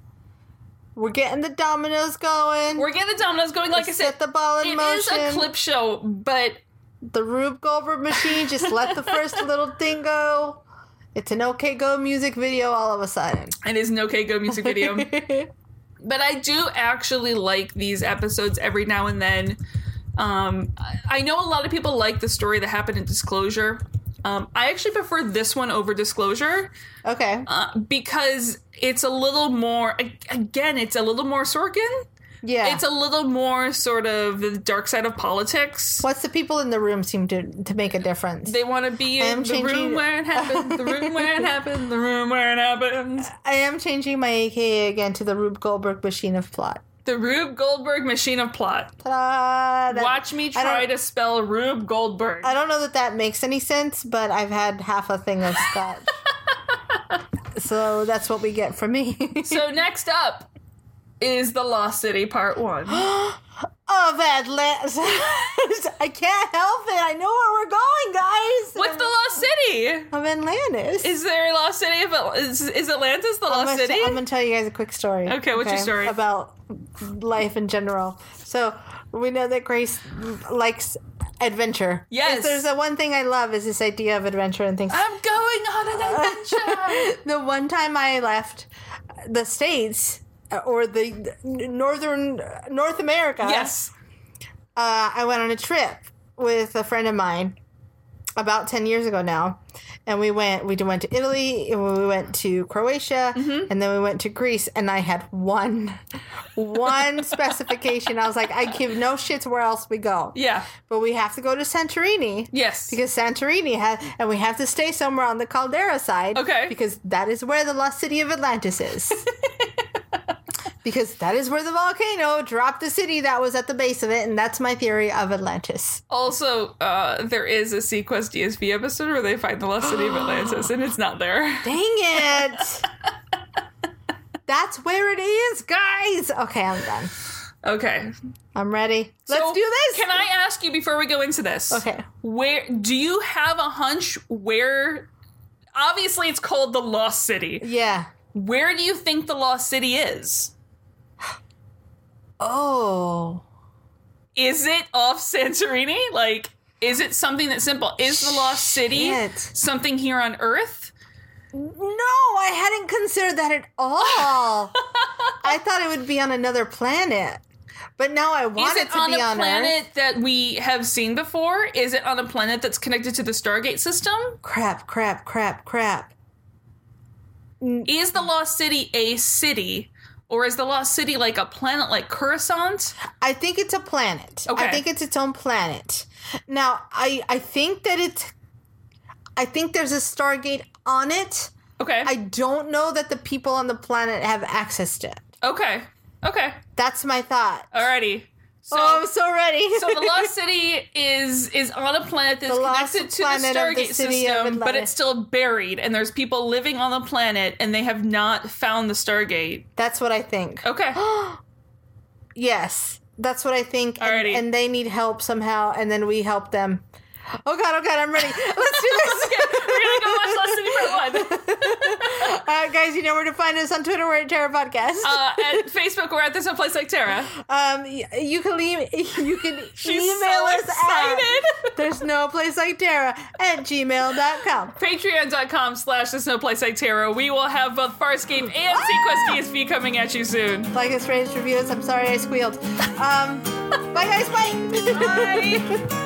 Speaker 3: We're getting the dominoes going.
Speaker 2: We're getting the dominoes going. Like I
Speaker 3: Just
Speaker 2: said,
Speaker 3: set the ball in
Speaker 2: It is
Speaker 3: motion.
Speaker 2: a clip show, but
Speaker 3: The Rube Goldberg machine just let the first little thing go. It's an OK Go music video all of a sudden.
Speaker 2: it is an okay go music video. but I do actually like these episodes every now and then. Um, I- I know a lot of people like the story that happened in Disclosure. Um, I actually prefer this one over Disclosure
Speaker 3: okay.
Speaker 2: uh, because it's a little more, a- again, it's a little more Sorkin.
Speaker 3: yeah.
Speaker 2: It's a little more sort of the dark side of politics.
Speaker 3: What's the people in the room seem to, to make a difference?
Speaker 2: They want to be in
Speaker 3: am
Speaker 2: the room
Speaker 3: changing-
Speaker 2: where it happened, the room where it happened, the room where it happens.
Speaker 3: I am changing my AKA again to the Rube Goldberg machine of plot.
Speaker 2: The Rube Goldberg machine of plot.
Speaker 3: Ta-da! That-
Speaker 2: Watch me
Speaker 3: I
Speaker 2: try to
Speaker 3: don't-
Speaker 2: spell Rube Goldberg.
Speaker 3: I don't know that that makes any sense, but I've had half a thing of scotch. so that's what we get from me.
Speaker 2: So next up, is The Lost City Part 1.
Speaker 3: of Atlanta. Oh, I can't help it. I know where we're going, guys.
Speaker 2: What's The Lost City?
Speaker 3: of Atlantis?
Speaker 2: Is there a Lost City of Atl- is, is Atlantis the
Speaker 3: I'm
Speaker 2: Lost
Speaker 3: gonna,
Speaker 2: City?
Speaker 3: I'm gonna tell you guys a quick story.
Speaker 2: Okay, what's your story?
Speaker 3: about life in general? So we know that Grace likes adventure.
Speaker 2: Yes.
Speaker 3: If there's the one thing I love is this idea of adventure and things.
Speaker 2: I'm going on an adventure.
Speaker 3: the one time I left the states uh, or the northern North America,
Speaker 2: yes.
Speaker 3: uh, I went on a trip with a friend of mine about 10 years ago now. And we went, we went to Italy, and we went to Croatia,
Speaker 2: Mm-hmm.
Speaker 3: and then we went to Greece. And I had one, one specification. I was like, I give no shits where else we go.
Speaker 2: Yeah.
Speaker 3: But we have to go to Santorini.
Speaker 2: Yes.
Speaker 3: Because Santorini has, and we have to stay somewhere on the caldera side.
Speaker 2: Okay.
Speaker 3: Because that is where the lost city of Atlantis is. because that is where the volcano dropped the city that was at the base of it, and that's my theory of Atlantis.
Speaker 2: also, uh, there is a Sequest DSV episode where they find the Lost City of Atlantis, and it's not there.
Speaker 3: Dang it! that's where it is, guys! Okay, I'm done.
Speaker 2: Okay.
Speaker 3: I'm ready.
Speaker 2: So,
Speaker 3: Let's do this!
Speaker 2: Can I ask you before we go into this?
Speaker 3: Okay.
Speaker 2: Where do you have a hunch where obviously it's called the Lost City.
Speaker 3: Yeah.
Speaker 2: Where do you think the Lost City is?
Speaker 3: Oh.
Speaker 2: Is it off Santorini? Like is it something that's simple? Is the Lost City
Speaker 3: Shit.
Speaker 2: something here on Earth?
Speaker 3: No, I hadn't considered that at all. I thought it would be on another planet. But now I want
Speaker 2: Is
Speaker 3: it,
Speaker 2: it
Speaker 3: to
Speaker 2: on
Speaker 3: be
Speaker 2: a
Speaker 3: on Earth.
Speaker 2: planet that we have seen before? Is it on a planet that's connected to the Stargate system?
Speaker 3: Crap, crap, crap, crap.
Speaker 2: Is the Lost City a city? Or is the Lost City like a planet like Coruscant?
Speaker 3: I think it's a planet.
Speaker 2: Okay.
Speaker 3: I think it's its own planet. Now, I I think that it's I think there's a Stargate on it.
Speaker 2: Okay.
Speaker 3: I don't know that the people on the planet have access to it.
Speaker 2: okay. Okay.
Speaker 3: That's my thought.
Speaker 2: Alrighty. So
Speaker 3: oh, I'm so ready.
Speaker 2: So the Lost City is is on a planet that's
Speaker 3: The lost
Speaker 2: connected to
Speaker 3: planet
Speaker 2: the
Speaker 3: of the
Speaker 2: Stargate
Speaker 3: city of
Speaker 2: system, but
Speaker 3: Atlantis.
Speaker 2: it's still buried, and there's people living on the planet, and they have not found the Stargate.
Speaker 3: That's what I think.
Speaker 2: Okay,
Speaker 3: Yes, that's what I think. And,
Speaker 2: Alrighty.
Speaker 3: and they need help somehow, and then we help them. Oh god, oh god, I'm ready. Let's do this.
Speaker 2: we're gonna go watch Lost City Part One.
Speaker 3: Uh, guys, you know where to find us on Twitter. We're at Terra Podcast.
Speaker 2: Uh, at Facebook, we're at There's No Place Like Terra.
Speaker 3: um, y- you can leave, you can
Speaker 2: She's
Speaker 3: email
Speaker 2: so
Speaker 3: us
Speaker 2: excited.
Speaker 3: at there's no place like Terra at gmail.com.
Speaker 2: Patreon.com slash There's No Place Like Terra. We will have both Farscape and Sequest DSV coming at you soon.
Speaker 3: Like us, rate us, review us. I'm sorry I squealed. Um, bye guys, bye.
Speaker 2: Bye.